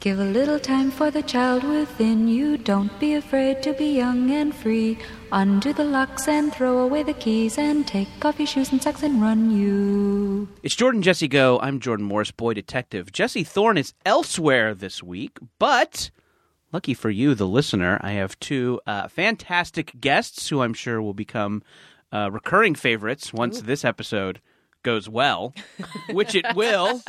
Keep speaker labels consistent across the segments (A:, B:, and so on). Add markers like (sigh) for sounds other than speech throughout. A: Give a little time for the child within you. Don't be afraid to be young and free. Undo the locks and throw away the keys and take off your shoes and socks and run you.
B: It's Jordan Jesse Go. I'm Jordan Morris, boy detective. Jesse Thorne is elsewhere this week, but lucky for you, the listener, I have two uh, fantastic guests who I'm sure will become uh, recurring favorites once this episode goes well, which it will.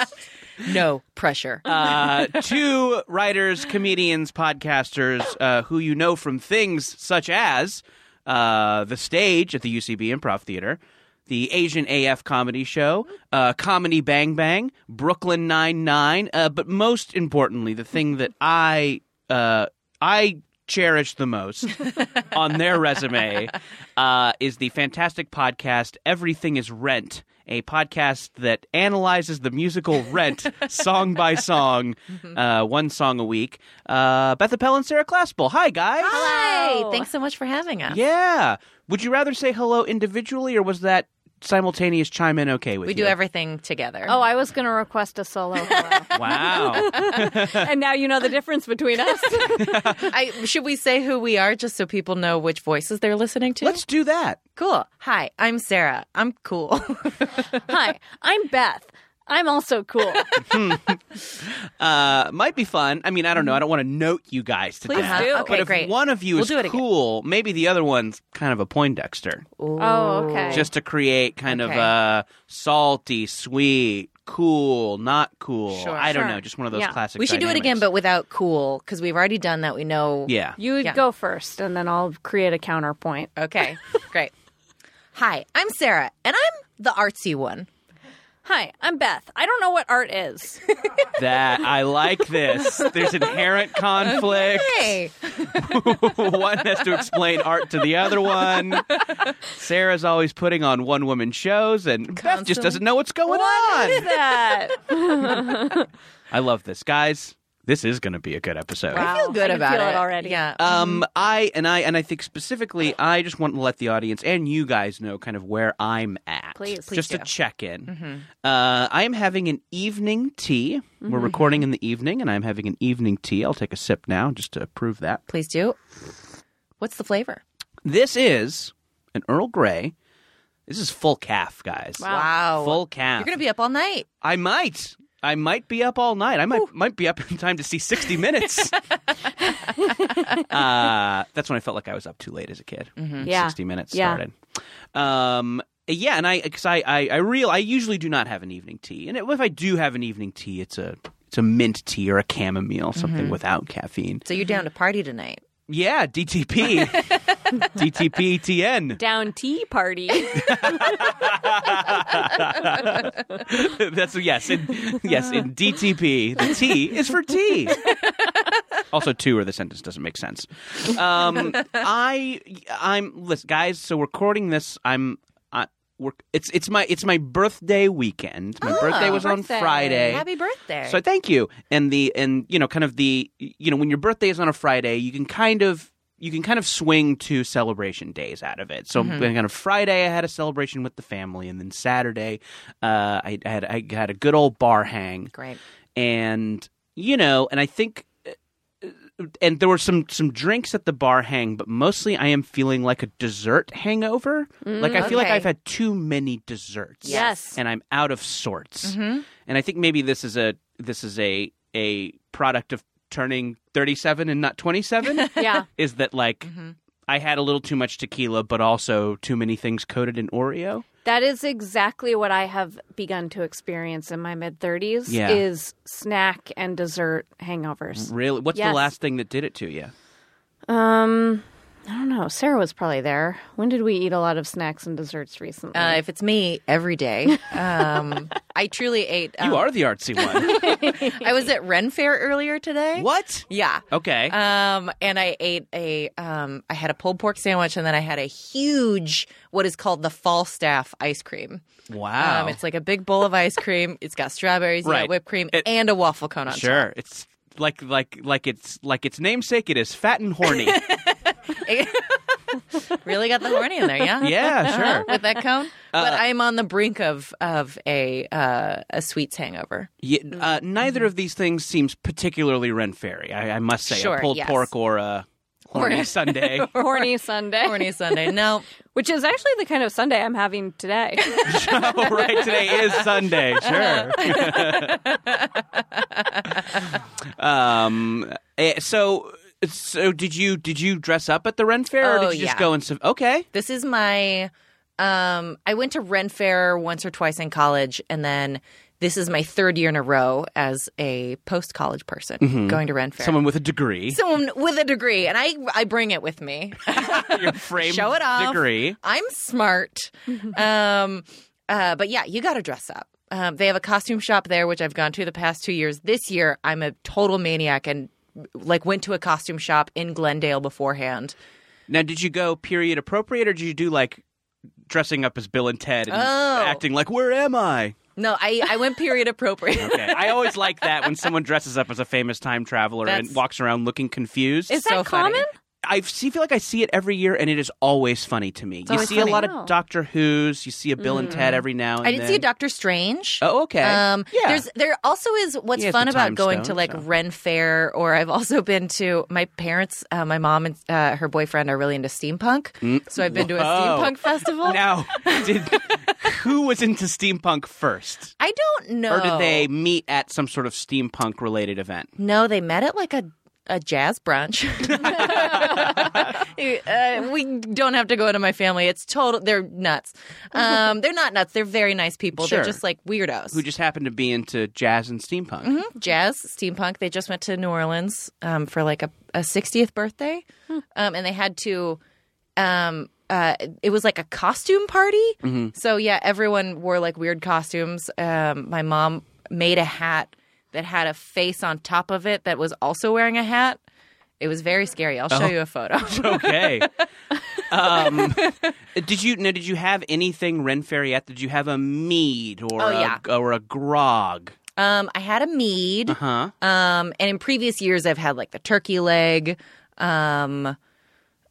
C: No pressure.
B: Uh, two writers, comedians, podcasters uh, who you know from things such as uh, the stage at the UCB Improv Theater, the Asian AF comedy show, uh, Comedy Bang Bang, Brooklyn Nine Nine, uh, but most importantly, the thing that I uh, I cherish the
C: (laughs)
B: most on their resume uh, is the fantastic podcast Everything Is Rent, a podcast that analyzes the musical
C: (laughs)
B: Rent song by song,
C: Mm-hmm.
B: uh, one song a week. Uh, Beth Appel and Sarah Claspel. Hi, guys.
C: Hi. Thanks so much for having us.
B: Yeah. Would you rather say hello individually, or was that simultaneous chime in okay with
C: We
B: you?
C: do everything together.
D: Oh, I was going to request a solo hello.
C: (laughs)
B: Wow.
D: and now you know the difference between us.
C: I, should we say who we are just so people know which voices they're listening to?
B: Let's do that.
C: cool. Hi, I'm Sarah. I'm cool.
D: Hi, I'm Beth. I'm also
B: (laughs)
D: cool.
B: Uh, might be fun. I mean, I don't know. I don't want to note you guys to
D: Please
B: death.
D: do.
B: but
C: Mm-hmm. Okay,
B: if
C: great.
B: one of you
C: We'll
B: is
C: do it again.
B: cool, maybe the other one's kind of a Poindexter,
D: Oh, okay.
B: just to create kind of
C: Okay.
B: a salty, sweet, cool, not cool.
C: Sure.
B: I don't
D: Sure.
B: know, just one of those
D: Yeah.
B: classic.
C: we should do it again,
B: dynamics.
C: but without cool, because we've already done that. We know.
B: yeah,
D: You
C: Yeah.
D: go first, and then I'll create a counterpoint.
C: Okay, (laughs) great. Hi, I'm Sarah, and I'm the artsy one.
D: Hi, I'm Beth. I don't know what art (laughs) is.
B: (laughs) that I like this. There's
C: (laughs)
B: inherent conflict.
C: Hey.
B: (laughs) one has to explain art to the other
C: (laughs)
B: one. Sarah's always putting on one woman shows, and Beth just
C: Constantly.
B: doesn't know what's going
D: (laughs)
B: on.
D: that?
B: Hmm, I love this, guys. This is going to be a good episode.
C: I feel
D: Wow,
C: good
D: I can
C: about
D: feel
C: it.
D: it already.
C: Yeah. Uh,
B: Um, I and I and I think specifically, I just want to let the audience and you guys know kind of where I'm at.
D: Please, please
B: just
C: do. Mm-hmm.
B: to check in. Uh, I am having an evening tea. We're
C: Mm-hmm.
B: recording in the evening, and I'm having an evening tea. I'll take a sip now just to prove that.
C: Please do. What's the flavor?
B: This is an Earl Grey. This is full calf, guys.
C: Wow.
B: Full calf.
C: You're going to be up all night.
B: I might. I might be up all night. I might might be up in time to see 60
D: (laughs)
B: Minutes. uh, that's when I felt like I was up too late as a kid. when
D: Mm-hmm. Yeah.
B: 60 Minutes
D: Yeah.
B: started. Um, yeah, and I because I, I I real I usually do not have an evening tea, and if I do have an evening tea, it's a it's a mint tea or a chamomile, something
D: Mm-hmm.
B: without caffeine.
C: So you're down to party tonight.
D: (laughs)
B: Yeah, DTP, DTP TN.
D: Down tea (laughs) party.
B: (laughs) That's yes, in, yes. In DTP, the T is for tea. also, two or the sentence doesn't make sense. Um, I, I'm listen, guys. So we're recording this. I'm. I, we're, it's it's my it's my birthday weekend. My birthday was
D: birthday.
B: on Friday.
C: Happy birthday.
B: So thank you. And the and you know kind of the you know when your birthday is on a Friday, you can kind of you can kind of swing to celebration days out of it. So kind of Friday, I had a celebration with the family, and then Saturday, uh, I, I had I had a good old bar hang,
C: Great.
B: and you know, and I think. uh, And there were some some drinks at the bar hang, but mostly I am feeling like a dessert hangover. like I feel like
C: okay.
B: I've had too many desserts
D: yes.
B: and I'm out of sorts.
C: Mm-hmm.
B: And I think maybe this is a this is a a product of turning 37 and not
C: (laughs)
B: 27
D: Yeah.
B: is that like
C: Mm-hmm.
B: I had a little too much tequila but also too many things coated in Oreo.
D: That is exactly what I have begun to experience in my mid 30s
B: Yeah.
D: is snack and dessert hangovers.
B: Really? What's the
D: Yes.
B: last thing that did it to you? Mm-hmm.
D: Um, I don't know. Sarah was probably there. When did we eat a lot of snacks and desserts recently?
C: Uh, if it's me,
B: (laughs)
C: every day. Um, I truly ate. Um,
B: You are the artsy
C: (laughs)
B: one.
C: I was at Ren Fair earlier today.
B: what?
C: Yeah.
B: Okay.
C: Um, and I ate a, um, I had a pulled pork sandwich, and then I had a huge, what is called the Falstaff ice cream.
B: wow.
C: Um, it's like a big bowl of ice cream. It's got strawberries, it's
B: Oh. Right.
C: got whipped cream,
B: It-
C: and a waffle cone on top.
B: sure. It's
C: (laughs)
B: like like like it's like its namesake it is fat and horny.
C: really got the horny in there, yeah?
B: Yeah, Uh,
C: Huh?
B: sure.
C: With that cone? but I'm on the brink of of a uh, a sweets hangover.
B: Ye- uh,
C: Mm-hmm.
B: neither of these things seems particularly Ren Fairy. I, I must say,
C: Sure,
B: a pulled
C: yes.
B: pork or
C: (laughs)
B: a horny Sunday. (laughs)
D: (laughs) Horny Sunday.
C: Horny Sunday. No.
D: Which is actually the kind of Sunday I'm having
C: (laughs)
D: today.
B: oh, right, today is Sunday. Sure. um. eh, So, so did you did you dress up at the Ren Fair, or
C: Oh,
B: did you just
C: yeah.
B: go and su- okay?
C: This is my um I went to Ren Fair once or twice in college and then this is my third year in a row as a post college person going to Ren
B: Mm-hmm.
C: Fair.
B: Someone with a
C: (laughs)
B: degree,
C: Someone with a degree, and I I bring it with me. (laughs)
B: your framed
C: Show it off.
B: degree.
C: I'm smart. um, uh, but yeah, you got to dress up. Um, they have a costume shop there, which I've gone to the past two years. This year, I'm a total maniac and like went to a costume shop in Glendale beforehand.
B: Now, did you go period appropriate, or did you do like dressing up as Bill and Ted and
C: Oh.
B: acting like "Where am I"?
C: No, I,
B: (laughs)
C: I went period appropriate.
B: Okay. I always like that when someone dresses up as a famous time traveler and
C: That's-
B: walks around looking confused.
D: Is
C: So
D: that
C: funny.
D: common?
B: I see, feel like I see it every year, and it is always funny to me. You
C: always
B: see
C: funny. Mm.
B: a lot
D: Wow.
B: of Doctor Who's. You see a Bill and Ted every now and
C: I
B: then.
C: did see a Doctor Strange.
B: Oh, okay.
C: Um,
B: yeah.
C: There's there also is what's
B: He has
C: fun
B: the
C: about
B: time
C: going to
B: stone,
C: like
B: so.
C: Ren Fair, or I've also been to my parents, uh, my mom and uh, her boyfriend are really into steampunk, so I've been to a
B: Mm. Whoa.
C: steampunk festival.
B: now, (laughs) did, who was into steampunk first,
C: I don't know.
B: or did
C: Oh.
B: they meet at some sort of steampunk related event?
C: No, they met at like a a jazz
B: (laughs)
C: brunch. (laughs) uh, we don't have to go into my family. It's total. They're nuts. Um, they're not nuts. They're very nice people.
B: Sure.
C: They're just like weirdos.
B: Who just happened to be into jazz and steampunk?
C: jazz, steampunk. They just went to New Orleans um, for like a, a 60th birthday. Um, and they had to, um, uh, it was like a costume party. So, yeah, everyone wore like weird costumes. Um, my mom made a hat that had a face on top of it that was also wearing a hat. It was very scary. I'll show you a photo. (laughs)
B: Okay. um,
D: (laughs)
B: did you now? Did you have anything Ren Fairy at? Did you have a mead or
C: Oh, yeah.
B: a, or a grog?
C: um, I had a mead.
B: Huh?
C: Um, and in previous years, I've had like the turkey leg. Um,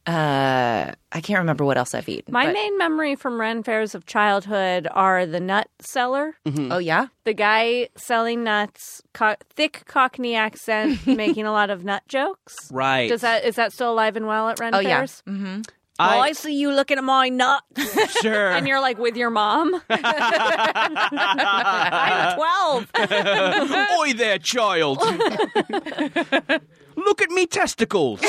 C: uh, I can't remember what else I've eaten.
D: My
C: but-
D: main memory from Ren Fairs of childhood are the nut seller,
C: Oh yeah,
D: the guy selling nuts, co- thick Cockney
C: (laughs)
D: accent, making a lot of nut jokes.
B: Right.
D: Does that is that still alive and well at Ren
C: Oh, yeah.
D: Fairs? Well, I see you looking at my
C: (laughs)
D: nuts,
B: sure.
D: and you're like with your mom. (laughs) I'm twelve.
B: (laughs) Oi there, child! Look at me
C: (laughs)
B: testicles.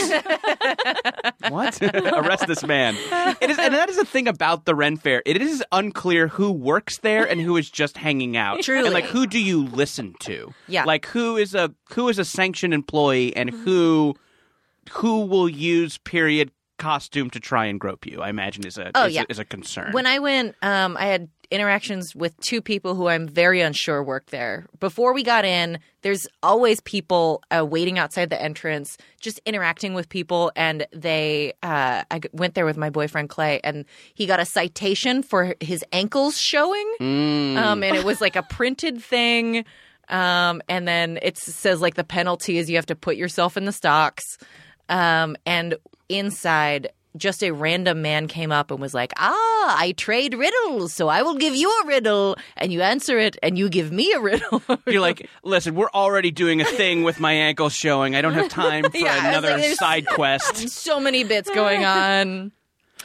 B: what? Arrest this man. It is, and that is the thing about the Ren Fair. It is unclear who works there and who is just hanging out.
C: Truly.
B: and like who do you listen to?
C: Yeah. Mm-hmm.
B: like who is a who is a sanctioned employee and who who will use period costume to try and grope you? I imagine is a
C: Oh,
B: is,
C: yeah.
B: a, is a concern.
C: When I went, um, I had interactions with two people who I'm very unsure worked there. Before we got in, there's always people uh, waiting outside the entrance, just interacting with people. And they, uh, I g- went there with my boyfriend Clay, and he got a citation for his ankles showing, um,
E: Mm.
C: and it was like a printed thing. Um, and then it says like the penalty is you have to put yourself in the stocks. Um, and inside, just a random man came up and was like, Ah, I trade riddles, so I will give you a riddle, and you answer it, and you give me a riddle. (laughs)
B: You're like, listen, we're already doing a thing with my ankle showing. I don't have time for
C: (laughs) Yeah, I was
B: another
C: like, there's-
B: side quest.
C: so many bits going on.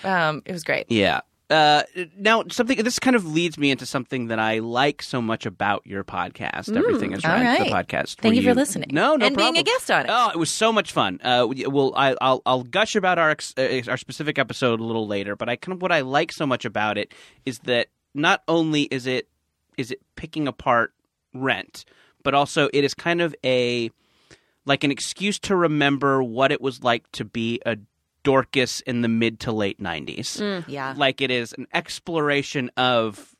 C: Um, it was great.
B: yeah. Uh, now, something this kind of leads me into something that I like so much about your podcast. Everything is
C: all
B: right. The
C: right.
B: podcast.
C: Mm, Thank
B: where
C: you for listening.
B: No, no
C: And being
B: problem.
C: a guest on it.
B: Oh, it was so much fun. Uh, we- well, I, I'll I'll gush about our ex- uh, our specific episode a little later, but I kind of what I like so much about it is that not only is it is it picking apart rent, but also it is kind of a like an excuse to remember what it was like to be a Dorcas in the mid to late 90s.
E: Mm.
C: Yeah.
B: Like it is an exploration of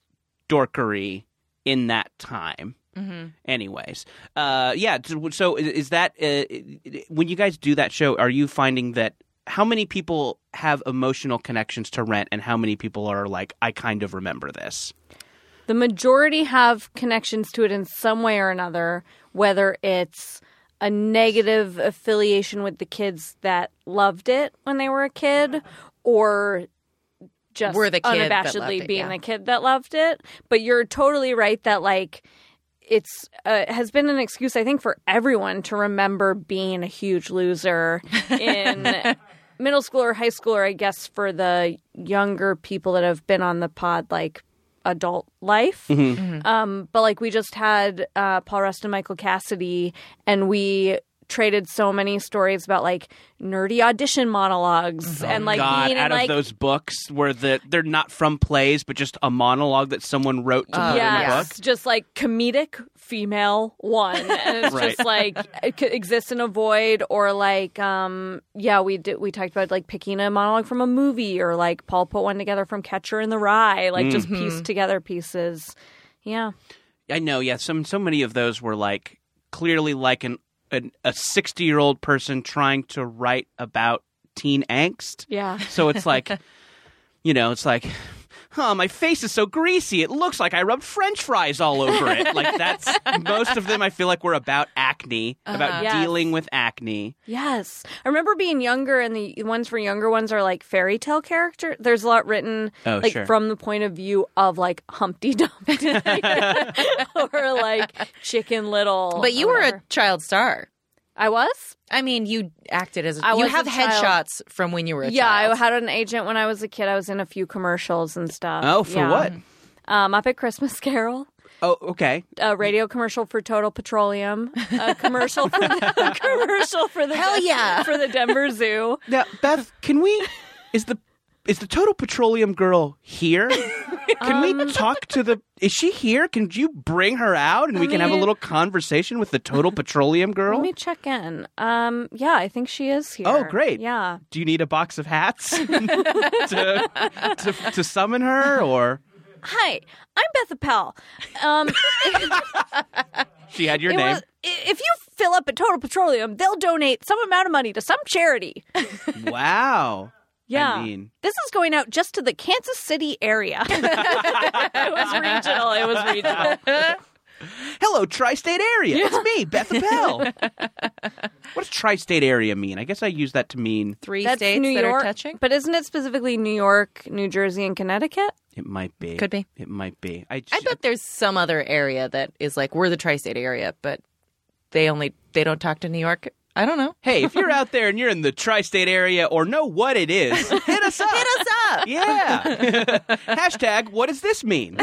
B: dorkery in that time.
E: Mm-hmm.
B: Anyways, uh, yeah. So so is- is that uh, when you guys do that show? Are you finding that how many people have emotional connections to Rent, and how many people are like, I kind of remember this?
D: The majority have connections to it in some way or another, whether it's a negative affiliation with the kids that loved it when they were a kid,
E: or just
C: Were the kid that loved
E: unabashedly
C: it,
E: being
C: yeah.
E: the kid that loved it. But you're totally right that like it's uh, has been an excuse I think for everyone to remember being a huge loser in middle school or high school or I guess for the younger people that have been on the pod like adult life.
B: Mm-hmm.
E: Um, but like we just had uh, Paul Rust and Michael Cassidy, and we traded so many stories about like nerdy audition monologues and like
B: God,
E: being in,
B: out of
E: like
B: those books where the they're not from plays, but just a monologue that someone wrote to put in a
E: Oh, yes,
B: book.
E: just like comedic female
B: (laughs)
E: one, and it's just like it could exist in a void, or like um yeah, we did we talked about like picking a monologue from a movie, or like Paul put one together from Catcher in the Rye, like just
B: Mm-hmm.
E: pieced together pieces. Yeah,
B: I know, yeah. Some so many of those were like clearly like an, an a sixty year old person trying to write about teen angst.
E: yeah.
B: So it's like,
E: (laughs)
B: you know, it's like, oh, my face is so greasy. It looks like I rubbed French fries all over it. like that's most of them. I feel like were about acne, about
E: Uh-huh. Yes.
B: dealing with acne.
E: Yes. I remember being younger and the ones for younger ones are like fairy tale character. There's a lot written
B: Oh,
E: like
B: sure.
E: from the point of view of like
B: (laughs)
E: Humpty Dumpty (laughs) or like Chicken Little.
C: But you
E: or
C: were a
E: whatever.
C: child star.
E: I was?
C: I mean, you acted as a,
E: I
C: you
E: was
C: have
E: a child.
C: headshots from when you were a
E: Yeah,
C: child.
E: I had an agent when I was a kid. I was in a few commercials and stuff.
B: Oh, for
E: Yeah.
B: what?
E: Um, Up at Christmas Carol.
B: Oh, okay.
E: A radio commercial for Total Petroleum. A commercial
B: (laughs)
E: for the, commercial for the
C: Hell yeah.
E: for the Denver Zoo.
B: Now, Beth, can we? Is the is the total petroleum girl here? Can we talk to the? Is she here? Can you bring her out and we can have a
E: mean-
B: little conversation with the total petroleum
E: Let
B: girl?
E: me check in. Um, yeah, I think she is here.
B: Oh, great.
E: Yeah.
B: Do you need a box of hats to, to to summon her, or
E: Hi, I'm Beth Appel.
B: (laughs)
E: Um,
B: she had your
E: it
B: name?
E: was- i- if you fill up at Total Petroleum, they'll donate some amount of money to some
B: (laughs)
E: charity.
B: Wow.
E: Yeah.
B: I mean,
E: This is going out just to the Kansas City area. (laughs) it was regional. It was
C: (laughs)
E: regional.
B: hello, tri-state area. It's me, Beth Appel. what does tri-state area mean? I guess I use that to mean
C: Three
E: That's
C: states
E: New
C: that
E: York.
C: are touching.
E: But isn't it specifically New York, New Jersey, and Connecticut?
B: it might be.
C: Could be.
B: It might be. I,
C: I bet there's some other area that is like we're the tri-state area, but they only they don't talk to New York. I don't know.
B: Hey, if you're out there and you're in the tri-state area or know what it is, hit us up. hit us up. Yeah. (laughs) Hashtag. What does this mean?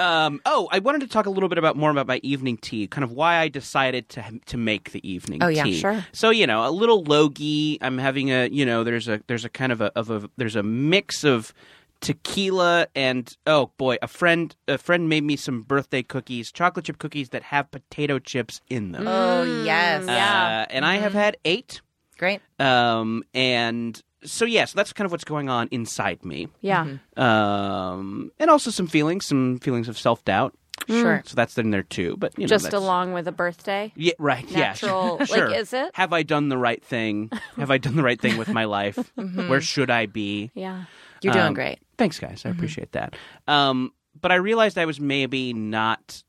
B: um, oh, I wanted to talk a little bit about more about my evening tea, kind of why I decided to to make the evening.
C: Oh, yeah,
B: tea.
C: sure.
B: So you know, a little logy. I'm having a you know, there's a there's a kind of a of a there's a mix of tequila and oh boy, a friend a friend made me some birthday cookies, chocolate chip cookies that have potato chips in them.
C: Oh yes,
B: Uh, and I
E: Mm-hmm.
B: have had eight.
C: great.
B: Um, and so, yeah, so that's kind of what's going on inside me.
E: Yeah.
B: Um, and also some feelings, some feelings of self doubt.
C: Sure.
B: So that's in there too. But, you know,
E: Just
B: that's-
E: along with a birthday.
B: Yeah, right.
E: Natural-
B: Yeah.
E: like,
B: sure.
E: is it?
B: Have I done the right
E: (laughs)
B: thing? Have I done the right thing with my life?
E: Mm-hmm.
B: Where should I be?
E: Yeah.
C: You're doing
B: Um,
C: great.
B: Thanks, guys. I appreciate that. Um, but I realized I was maybe not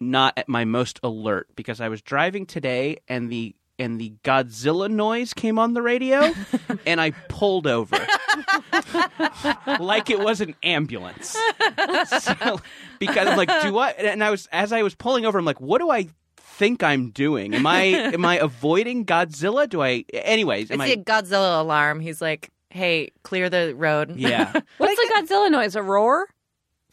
B: not at my most alert because I was driving today and the and the Godzilla noise came on the radio and I pulled over. (laughs) like it was an ambulance. (laughs) So, because I'm like, do I and I was as I was pulling over, I'm like, what do I think I'm doing? Am I am I avoiding Godzilla? Do I anyways, am
C: It's
B: I
C: a Godzilla alarm. He's like, "Hey, clear the road."
B: Yeah.
E: What's the Godzilla noise? A roar?
C: (laughs)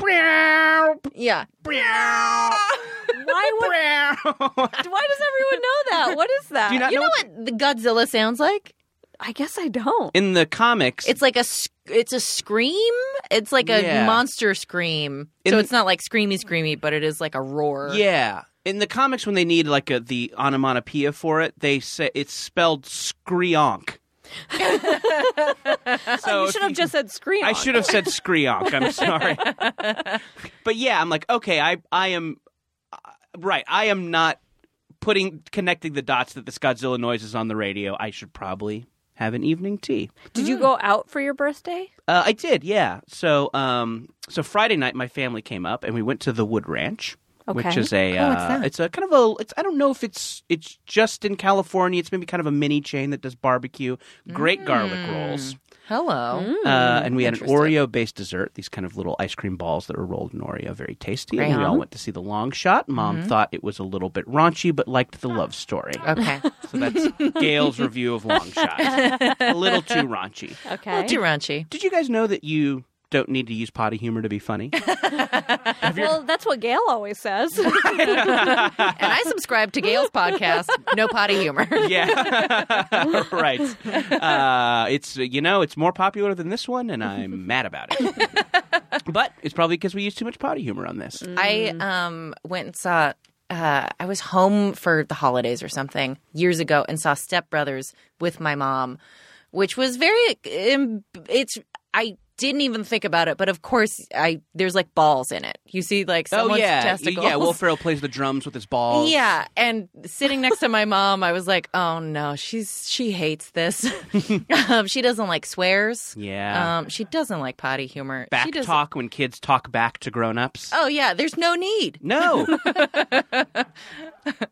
C: yeah.
E: Why
B: (laughs)
E: would? Why does everyone know that? What is that?
B: Do you not
C: You
B: know
C: know what the Godzilla sounds like?
E: I guess I don't.
B: in the comics
C: It's like a s- it's a scream. It's like a
B: Yeah.
C: monster scream.
B: In-
C: so it's not like screamy screamy, but it is like a roar.
B: Yeah. In the comics, when they need like a, the onomatopoeia for it, they say it's spelled screonk. so
E: you should have just said scream.
B: I should have said screonk. I'm sorry. but yeah, I'm like, okay, I I am uh, right. I am not putting connecting the dots that this Godzilla noise is on the radio. I should probably have an evening tea.
E: Did you go out for your birthday?
B: Uh, I did, yeah. So um, so Friday night, my family came up and we went to the Wood Ranch. which
F: Okay.
B: is a
C: Oh,
B: uh,
C: what's that?
B: it's a kind of a it's I don't know if it's it's just in California. It's maybe kind of a mini chain that does barbecue, great
C: Hmm.
B: garlic rolls.
C: Hello.
B: Uh, and we had an
C: interested.
B: Oreo based dessert, these kind of little ice cream balls that were rolled in Oreo, very tasty. And we
C: Right.
B: all went to see the long shot. Mom
C: Mm-hmm.
B: thought it was a little bit raunchy, but liked the love story.
C: (laughs) Okay.
B: So that's Gail's review of long
C: (laughs)
B: shot. a little too raunchy.
F: Okay.
C: Too raunchy.
B: Did you guys know that you don't need to use potty humor to be funny?
F: well, that's what Gail always says.
C: And
B: (laughs)
C: I subscribe to Gail's podcast, No Potty Humor.
B: (laughs) Mm. yeah. (laughs) right. Uh, it's, you know, it's more popular than this one, and (laughs) I'm mad about it. But it's probably because we use too much potty humor on this.
C: I um went and saw. Uh, I was home for the holidays or something years ago and saw Step Brothers with my mom, which was very. um, It's I didn't even think about it, but of course I there's like balls in it. You see like someone's
B: oh yeah,
C: testicles.
B: yeah.
C: (laughs)
B: Will Ferrell plays the drums with his balls.
C: Yeah, and sitting next to my mom, I was like, "Oh no, she's she hates
B: (laughs)
C: this. um, she doesn't like swears.
B: Yeah.
C: um, she doesn't like potty humor.
B: back
C: she doesn't-
B: talk when kids talk back to grown-ups.
C: Oh yeah, there's no need.
B: (laughs) No.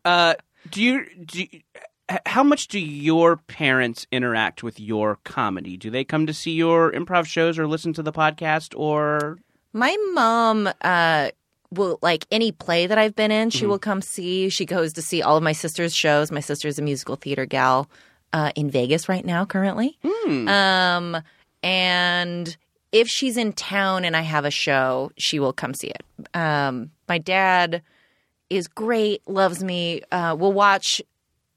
B: uh, do you do? you- h- how much do your parents interact with your comedy? Do they come to see your improv shows or listen to the podcast or?
C: My mom uh will like any play that I've been in, she will come see. She goes to see all of my sister's shows. My sister's a musical theater gal uh in Vegas right now currently. Um and if she's in town and I have a show, she will come see it. Um my dad is great, loves me. Uh will watch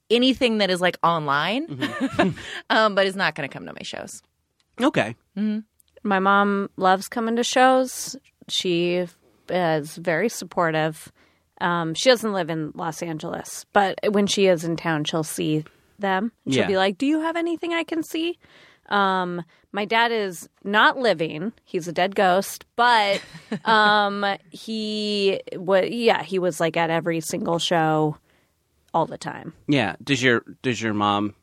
C: anything that is like online. (laughs) um but is not going to come to my shows.
B: Okay.
E: My mom loves coming to shows. She is very supportive. Um, she doesn't live in Los Angeles, but when she is in town, she'll see them. And she'll
B: Yeah.
E: be like, "Do you have anything I can see?" Um, my dad is not living; he's a dead ghost. But um, he was, yeah, he was like at every single show all the time.
B: Yeah. Does your Does your mom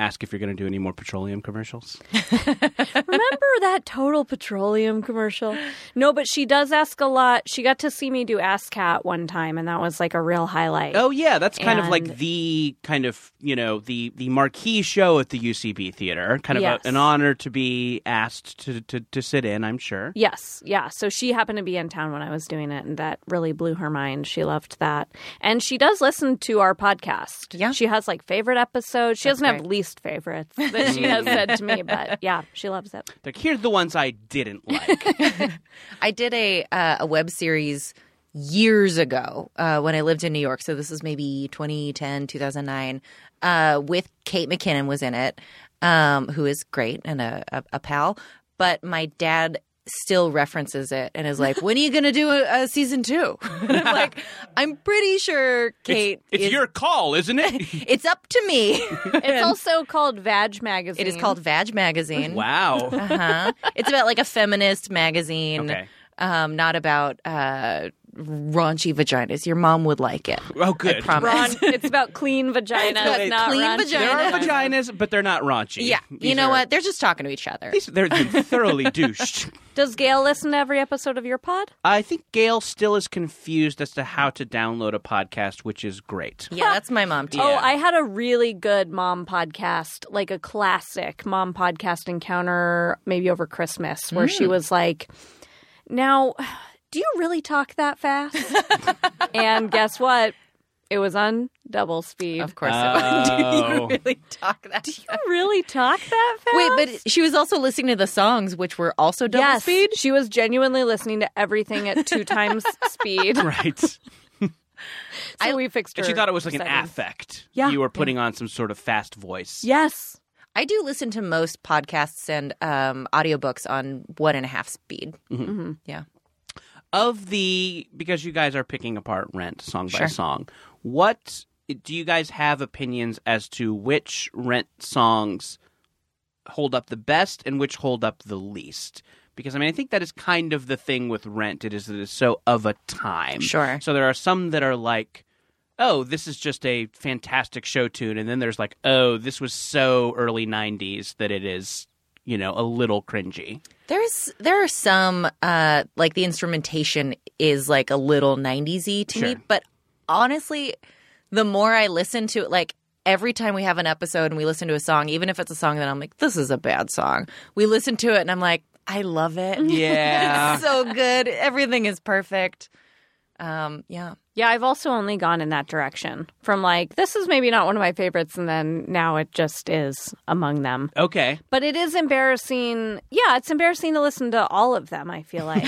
B: ask if you're going to do any more petroleum commercials?
E: Remember that Total Petroleum commercial? No, but she does ask a lot. She got to see me do Ask Cat one time, and that was like a real highlight.
B: Oh yeah, that's kind of like
E: And-
B: the kind of you know the the marquee show at the UCB theater. Kind of
E: Yes.
B: a, an honor to be asked to, to to sit in. I'm sure.
E: Yes, yeah. So she happened to be in town when I was doing it, and that really blew her mind. She loved that. And she does listen to our podcast.
C: Yeah.
E: She has like favorite episodes. She doesn't have
C: great.
E: least
C: (laughs)
E: favorites that she has said to me, but yeah, she loves it.
B: Like here's the ones I didn't like.
C: I did a uh, a web series years ago uh, when I lived in New York. So this is maybe 2010, 2009. Uh, with Kate McKinnon was in it, um, who is great and a, a, a pal. But my dad still references it and is like, "When are you going to do a, a season two? (laughs) And I'm like, "I'm pretty sure Kate.
B: it's
C: is-
B: your call, isn't
C: (laughs)
B: it?
C: It's up to
B: (laughs)
C: me.
E: It's also called Vag Magazine.
C: it is
E: (laughs)
C: called Vag Magazine.
B: wow.
C: Uh-huh. it's about like a feminist magazine.
B: Okay.
C: Um, not about uh, raunchy vaginas. Your mom would like it.
B: Oh, good.
C: Promise.
F: Ron, it's about
C: (laughs)
F: clean
C: about
F: vaginas,
B: It's
F: not
C: clean
F: raunchy.
B: There are
C: vagina.
B: vaginas, but they're not raunchy.
C: yeah.
B: These
C: you know
B: are-
C: what? They're just talking to each other.
B: These they're
C: (laughs)
B: thoroughly douched.
E: Does Gail listen to every episode of your pod?
B: I think Gail still is confused as to how to download a podcast, which is great.
C: Yeah, that's my mom too.
E: Oh, I had a really good mom podcast, like a classic mom podcast encounter, maybe over Christmas, where she was like, Now, do you really talk that (laughs) fast? and guess what? It was on double speed.
C: of course.
B: Oh.
C: Do you (laughs) really talk that?
E: really talk that fast?
C: Wait, but she was also listening to the songs, which were also double
E: yes,
C: speed.
E: she was genuinely listening to everything at two (laughs) times speed.
C: (laughs)
E: So
B: Oh, Right.
E: we fixed her.
B: And she thought it was like an
E: settings.
B: affect.
E: Yeah.
B: You were putting on some sort of fast voice.
E: Yes.
C: I do listen to most podcasts and um, audiobooks on one and a half speed. Mm-hmm. Yeah.
B: Of the, because you guys are picking apart Rent song by
C: Sure.
B: song, what do you guys have opinions as to which Rent songs hold up the best and which hold up the least? Because I mean, I think that is kind of the thing with Rent. It is that it's so of a time.
C: Sure.
B: So there are some that are like, oh, this is just a fantastic show tune. And then there's like, oh, this was so early 90s that it is you know, a little
C: (laughs)
B: cringy.
C: There's there are some uh like the instrumentation is like a little 90s-y to me,
B: Sure.
C: but honestly, the more I listen to it like every time we have an episode and we listen to a song, even if it's a song that I'm like this is a bad song, we listen to it and I'm like I love it.
B: Yeah.
C: It's so good. Everything is perfect. Um yeah.
E: Yeah, I've also only gone in that direction from like, this is maybe not one of my favorites, and then now it just is among them.
B: okay.
E: But it is embarrassing. Yeah, it's embarrassing to listen to all of them, I feel like.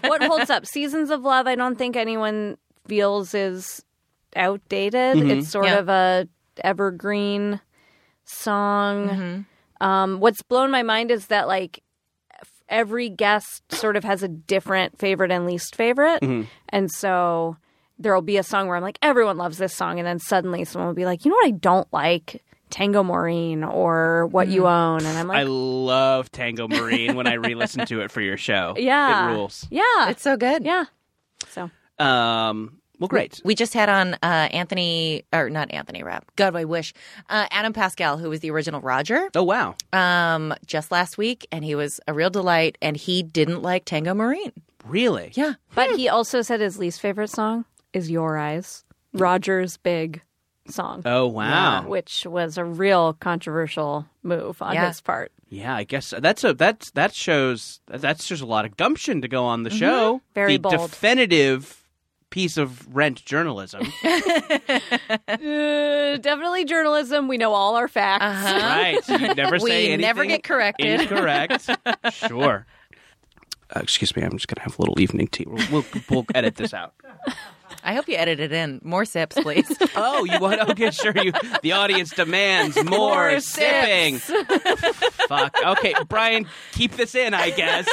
E: what holds up? Seasons of Love, I don't think anyone feels is outdated.
B: Mm-hmm.
E: It's sort
C: Yeah.
E: of a evergreen song.
C: Mm-hmm.
E: Um, what's blown my mind is that like f- every guest sort of has a different favorite and least favorite,
B: Mm-hmm.
E: and so there'll be a song where I'm like, everyone loves this song, and then suddenly someone will be like, you know what, I don't like Tango Maureen or What
C: Mm-hmm.
E: You Own, and I'm
B: I
E: like,
B: love Tango Marine when I re-listen to it for your show.
E: yeah,
B: It rules.
E: yeah,
C: It's so good.
E: yeah. So
B: Um well great.
C: We just had on uh, Anthony, or not Anthony Rapp, God, I wish, uh, Adam Pascal, who was the original Roger,
B: Oh wow.
C: um, just last week, and he was a real delight, and he didn't like Tango Marine.
B: Really?
C: Yeah.
E: But he also said his least favorite song is Your Eyes, Roger's big song,
B: Oh wow.
E: Uh, which was a real controversial move on
C: Yeah.
E: his part.
B: Yeah, I guess that's a that's that shows that's just a lot of gumption to go on the show.
E: Very
B: the
E: bold.
B: definitive piece of rent journalism.
E: Uh, definitely journalism. We know all our facts.
C: Uh-huh. (laughs)
B: (laughs) right. You never
C: we
B: say anything
C: never get corrected.
B: incorrect. sure. Uh, excuse me, I'm just gonna have a little evening tea. We'll, we'll, we'll edit this out.
C: I hope you edit it in. More sips, (laughs) please.
B: Oh, you want? Okay, sure. You. The audience demands more,
C: More
B: sipping. Fuck. Okay, Brian, keep this in, I guess.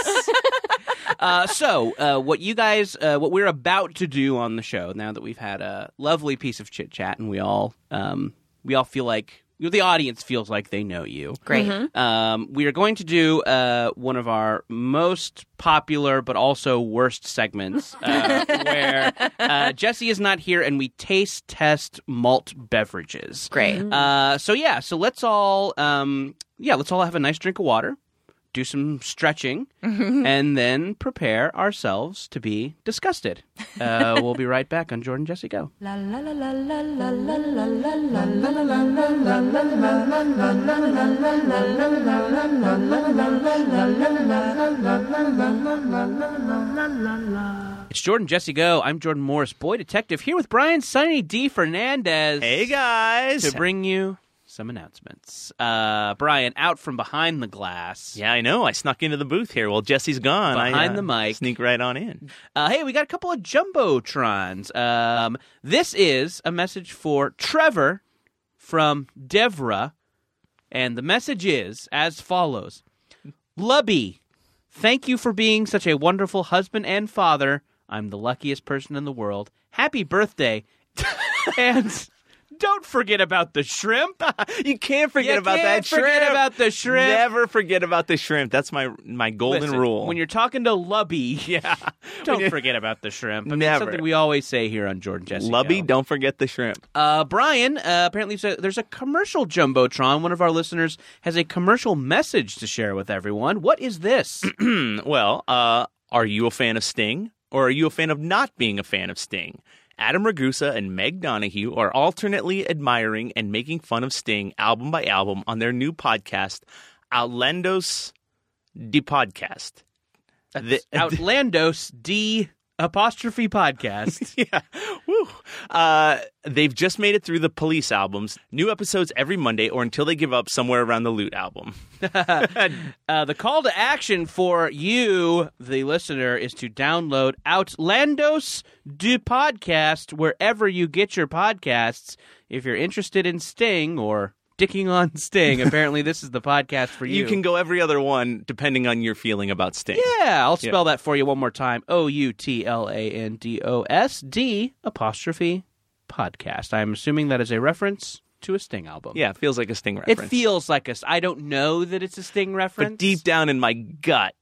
B: Uh, so, uh, what you guys, uh, what we're about to do on the show, now that we've had a lovely piece of chit chat, and we all, um, we all feel like the audience feels like they know you.
C: Great.
B: Um, we are going to do uh, one of our most popular but also worst segments, uh, where uh, Jesse is not here and we taste test malt beverages.
C: Great.
B: Uh, so yeah, so let's all um, yeah, let's all have a nice drink of water, do some stretching, and then prepare ourselves to be disgusted. Uh, we'll be right back on Jordan Jesse Go. It's Jordan Jesse Go. I'm Jordan Morris, boy detective, here with Brian Sunny D. Fernandez.
G: Hey guys.
B: to bring you some announcements. Uh, Brian, out from behind the glass.
G: yeah, I know. I snuck into the booth here. Well, Jesse's gone. I, uh,
B: Behind the mic.
G: Sneak right on in.
B: Uh, hey, we got a couple of jumbotrons. Um, this is a message for Trevor from Devra, and the message is as follows: Lubby, thank you for being such a wonderful husband and father. I'm the luckiest person in the world. Happy birthday, (laughs) and don't forget about the shrimp. (laughs)
G: you can't forget
B: You
G: about
B: can't
G: that
B: forget
G: shrimp.
B: about the shrimp.
G: Never forget about the shrimp. That's my my golden
B: Listen,
G: rule.
B: When you're talking to Lubby, (laughs)
G: yeah.
B: don't
G: When you're-
B: forget about the shrimp. I mean,
G: Never.
B: something we always say here on Jordan Jesse.
G: Lubby,
B: Go.
G: don't forget the shrimp.
B: Uh, Brian, uh, apparently so there's a commercial jumbotron. One of our listeners has a commercial message to share with everyone. What is
G: (coughs)
B: this?
G: Well, uh, are you a fan of Sting or are you a fan of not being a fan of Sting? Adam Ragusa and Meg Donahue are alternately admiring and making fun of Sting album by album on their new podcast, Outlandos de Podcast. The-
B: Outlandos D apostrophe podcast.
G: (laughs) yeah. Woo. Uh, they've just made it through the Police albums. New episodes every Monday or until they give up somewhere around the Loot album.
B: Uh, the call to action for you, the listener, is to download Outlandos Du Podcast wherever you get your podcasts. If you're interested in Sting or dicking on (laughs) Sting, apparently this is the podcast for you.
G: You can go every other one depending on your feeling about Sting.
B: Yeah, I'll spell that for you one more time. O U T L A N D O S D apostrophe podcast. I'm assuming that is a reference to a Sting album.
G: Yeah, it feels like a Sting reference.
B: It feels like a. s- I don't know that it's a Sting reference.
G: but deep down in my gut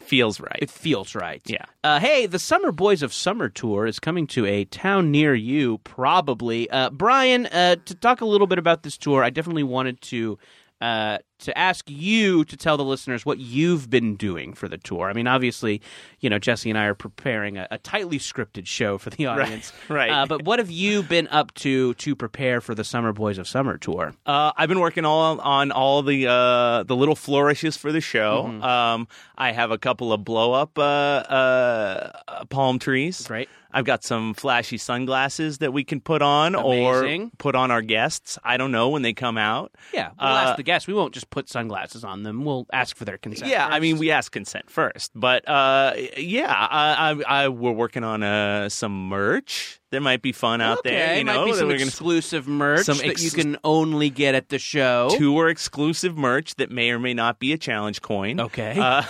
G: feels right.
B: It feels right.
G: Yeah.
B: Uh, hey, the Summer Boys of Summer tour is coming to a town near you, probably. Uh, Brian, uh, to talk a little bit about this tour, I definitely wanted to uh, to ask you to tell the listeners what you've been doing for the tour. I mean, obviously, you know, Jesse and I are preparing a, a tightly scripted show (laughs) for the audience.
G: right.
B: Uh, but what have you been up to to prepare for the Summer Boys of Summer tour?
G: Uh, I've been working all on all the uh, the little flourishes for the show.
B: Mm-hmm.
G: Um, I have a couple of blow up uh, uh, uh, palm trees.
B: Right.
G: I've got some flashy sunglasses that we can put on
B: Amazing.
G: or put on our guests. I don't know when they come out.
B: Yeah, we'll
G: Uh,
B: ask the guests. We won't just put sunglasses on them. We'll ask for their consent.
G: Yeah, I
B: first.
G: mean, we ask consent first, but uh, yeah, I, I, I we're working on uh, some merch that might be fun out
B: okay,
G: there. You know,
B: might be
G: that
B: some
G: we're gonna-
B: exclusive merch
G: some
B: that you
G: ex-
B: can only get at the show.
G: tour exclusive merch that may or may not be a challenge coin.
B: Okay,
G: (laughs) Uh,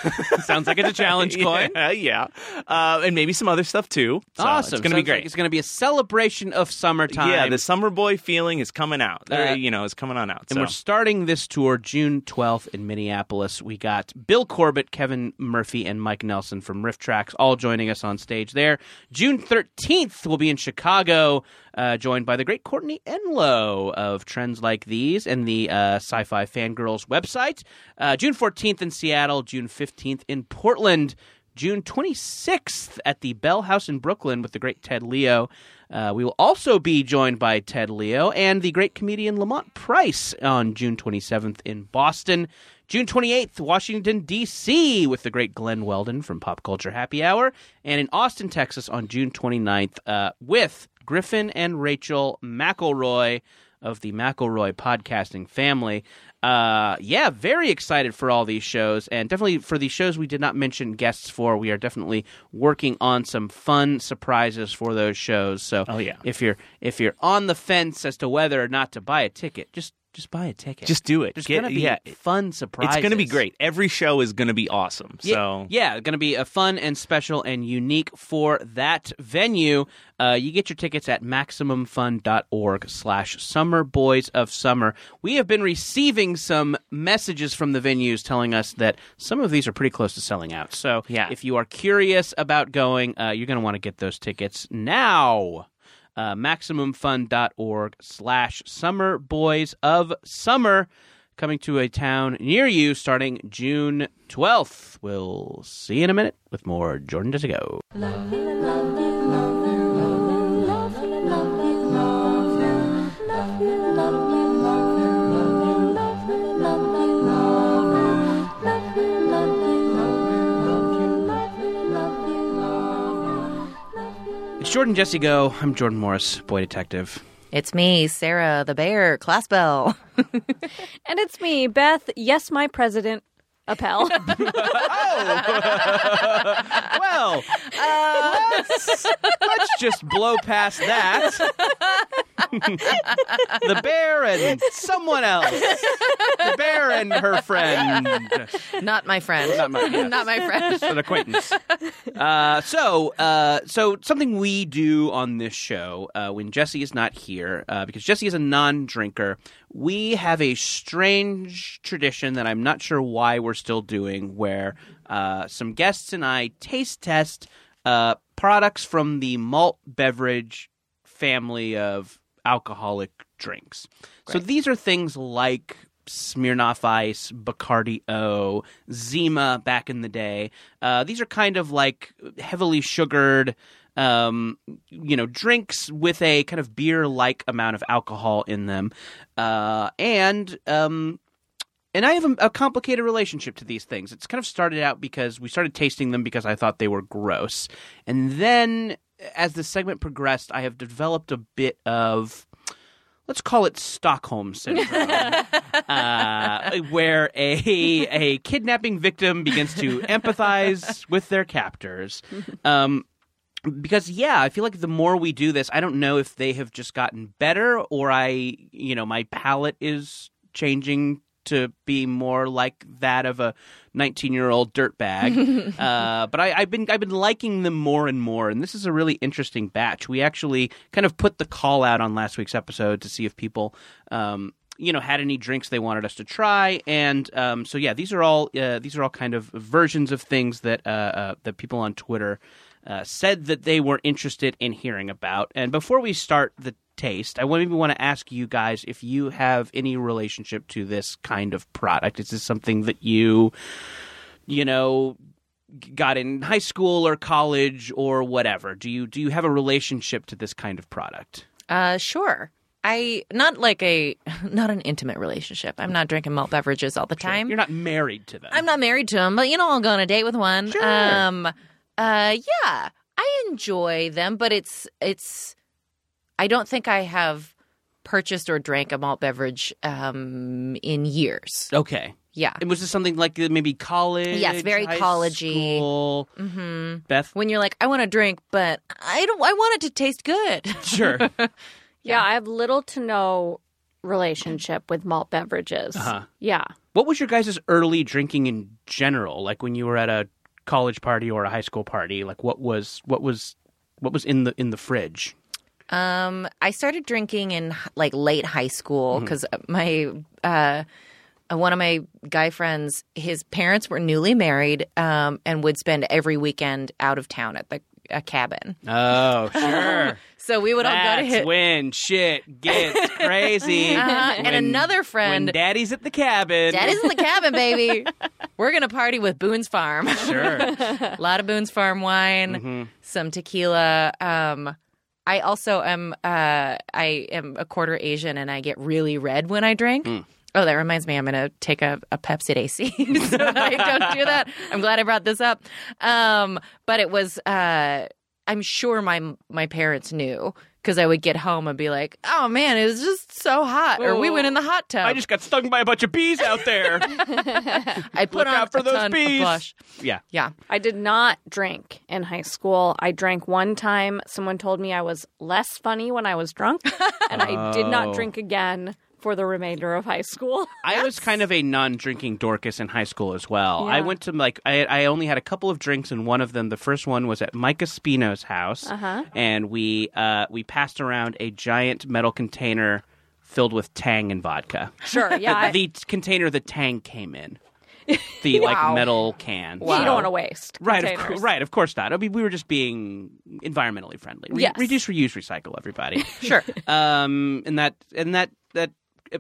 B: sounds like it's a challenge coin.
G: (laughs) Yeah, yeah. Uh, and maybe some other stuff too. So
B: awesome,
G: It's going to be
B: Sounds like
G: great.
B: it's going to be a celebration of summertime.
G: yeah, the summer boy feeling is coming out.
B: Uh,
G: Uh, you know, is coming on out.
B: And
G: so.
B: we're starting this tour June 12th in Minneapolis. We got Bill Corbett, Kevin Murphy, and Mike Nelson from Riff Tracks all joining us on stage there. June 13th, we'll be in Chicago, uh, joined by the great Courtney Enlow of Trends Like These and the uh, Sci Fi Fangirls website. Uh, June 14th in Seattle, June 15th in Portland. June 26th at the Bell House in Brooklyn with the great Ted Leo. Uh, we will also be joined by Ted Leo and the great comedian Lamont Price on June 27th in Boston. June 28th, Washington, D.C., with the great Glenn Weldon from Pop Culture Happy Hour. And in Austin, Texas, on June 29th, uh, with Griffin and Rachel McElroy of the McElroy podcasting family. Uh, yeah, very excited for all these shows, and definitely for the shows we did not mention guests for. We are definitely working on some fun surprises for those shows. So, oh
G: yeah.
B: if you're if you're on the fence as to whether or not to buy a ticket, just just buy a ticket.
G: Just do it.
B: There's
G: Get-
B: gonna be
G: yeah.
B: fun surprises.
G: it's going to be great. Every show is going to be awesome.
B: Yeah,
G: So
B: yeah, going to be a fun and special and unique for that venue. Uh, you get your tickets at maximumfun.org slash summer boys of summer. We have been receiving some messages from the venues telling us that some of these are pretty close to selling out. So
G: Yeah.
B: if you are curious about going, uh, you're going to want to get those tickets now uh, maximumfun.org slash summer boys of summer coming to a town near you starting june 12th we'll see you in a minute with more jordan does it go it's jordan jesse go i'm jordan morris boy detective
C: It's me, Sarah the Bear, Class Bell.
E: And it's me, Beth. Yes, my president. (laughs) Appel.
B: well let's, let's just blow past that the bear and someone else the bear and her friend
C: (laughs) Not my friend.
B: Not my- yeah.
C: Not my friend.
B: an acquaintance. uh, so, uh, so something we do on this show uh, when Jesse is not here, uh, because Jesse is a non-drinker, we have a strange tradition that I'm not sure why we're still doing, where uh, some guests and I taste test uh, products from the malt beverage family of alcoholic drinks. So these are things like Smirnoff Ice, Bacardi O, Zima back in the day. Uh, these are kind of like heavily sugared, um, you know, drinks with a kind of beer like amount of alcohol in them. Uh, and um, and I have a, a complicated relationship to these things. It's kind of started out because we started tasting them because I thought they were gross. And then as the segment progressed, I have developed a bit of let's call it Stockholm syndrome, uh, where a a kidnapping victim begins to empathize with their captors. Um, because yeah, I feel like the more we do this, I don't know if they have just gotten better or I, you know, my palate is changing to be more like that of a 19-year-old dirtbag. uh, but I, I've been I've been liking them more and more, and this is a really interesting batch. We actually kind of put the call out on last week's episode to see if people. Um, you know, had any drinks they wanted us to try, and um, so yeah, these are all uh, these are all kind of versions of things that uh, uh, that people on Twitter uh, said that they were interested in hearing about. And before we start the taste. I wa- maybe want to ask you guys if you have any relationship to this kind of product. Is this something that you, you know, g- got in high school or college or whatever? Do you do you have a relationship to this kind of product?
C: (laughs) Uh, sure. I not like a (laughs) not an intimate relationship. I'm not drinking malt beverages all the time.
B: You're not married to them.
C: I'm not married to him, but you know, I'll go on a date with one.
B: Sure.
C: Um, uh, yeah, I enjoy them, but it's it's. I don't think I have purchased or drank a malt beverage um, in years.
B: okay.
C: Yeah.
B: And was this something like uh, maybe college?
C: Yes, very
B: high
C: college-y.
B: school?
C: hmm
B: Beth,
C: When you're like, I want a drink, but I don't. I want it to taste good. (laughs)
B: sure.
E: Yeah, I have little to no relationship with malt beverages.
B: Uh-huh.
E: Yeah.
B: What was your guys' early drinking in general? Like when you were at a college party or a high school party, like what was what was what was in the in the fridge?
C: Um, I started drinking in h- like late high school because my uh, uh, one of my guy friends, his parents were newly married, um, and would spend every weekend out of town at the a cabin. (laughs)
B: Oh, sure.
C: So we would all go to
B: That's
C: his.
B: when shit
C: (laughs)
B: gets crazy.
C: Uh-huh. And
B: When-
C: another
B: when
C: friend,
B: daddy's at the cabin.
C: Daddy's in the
B: (laughs)
C: cabin, baby. We're gonna party with Boone's Farm.
B: sure. Mm-hmm.
C: a (laughs) lot of Boone's Farm wine, some tequila. Um, I also am uh, I am a quarter Asian and I get really red when I drink.
B: Hmm.
C: Oh, that reminds me, I'm gonna take a, a Pepsi to AC (laughs) so that I don't do that. I'm glad I brought this up. Um, but it was uh, I'm sure my my parents knew because I would get home and be like, oh man, it was just so hot, or we went in the hot tub.
B: I just got stung by a bunch of bees out
G: (laughs)
B: there.
C: I put
B: Look
C: on
B: out for
C: a
B: those
C: ton of
B: bees.
C: blush.
B: yeah.
C: Yeah.
E: I did not drink in high school. I drank one time. Someone told me I was less funny when I was drunk, (laughs) and I did
B: Oh.
E: not drink again for the remainder of high
B: (laughs)
E: school.
B: I was kind of a non-drinking Dorcas in high school as well. I went to like I, I only had a couple of drinks, and one of them, the first one, was at Micah Spino's house,
E: Uh-huh.
B: and we uh, we passed around a giant metal container filled with Tang and vodka.
E: Sure,
B: (laughs)
E: yeah. I,
B: the t- container the Tang came in,
E: (laughs)
B: the like metal can.
E: You
B: So-
E: don't want to waste.
B: Right, of
E: containers.
B: course, right, of course not. I mean, we were just being environmentally friendly. Re-
E: Yes.
B: Reduce, reuse, recycle, everybody.
C: Sure.
B: um, and that and that that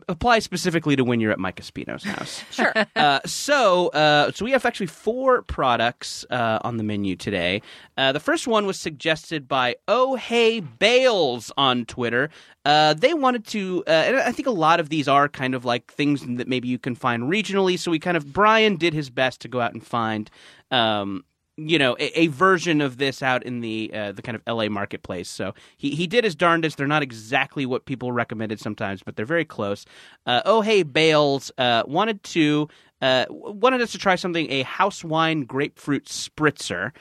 B: applies specifically to when you're at Mike Espino's house.
E: Sure.
B: Uh, so, uh, so we have actually four products uh, on the menu today. Uh, the first one was suggested by Oh Hey Bales on Twitter. Uh, they wanted to, uh, and I think a lot of these are kind of like things that maybe you can find regionally. So we kind of Brian did his best to go out and find. Um, you know, a, a version of this out in the uh, the kind of LA marketplace. So he, he did his darndest. They're not exactly what people recommended sometimes, but they're very close. Uh, oh hey, Bales uh, wanted to uh, w- wanted us to try something a house wine grapefruit spritzer.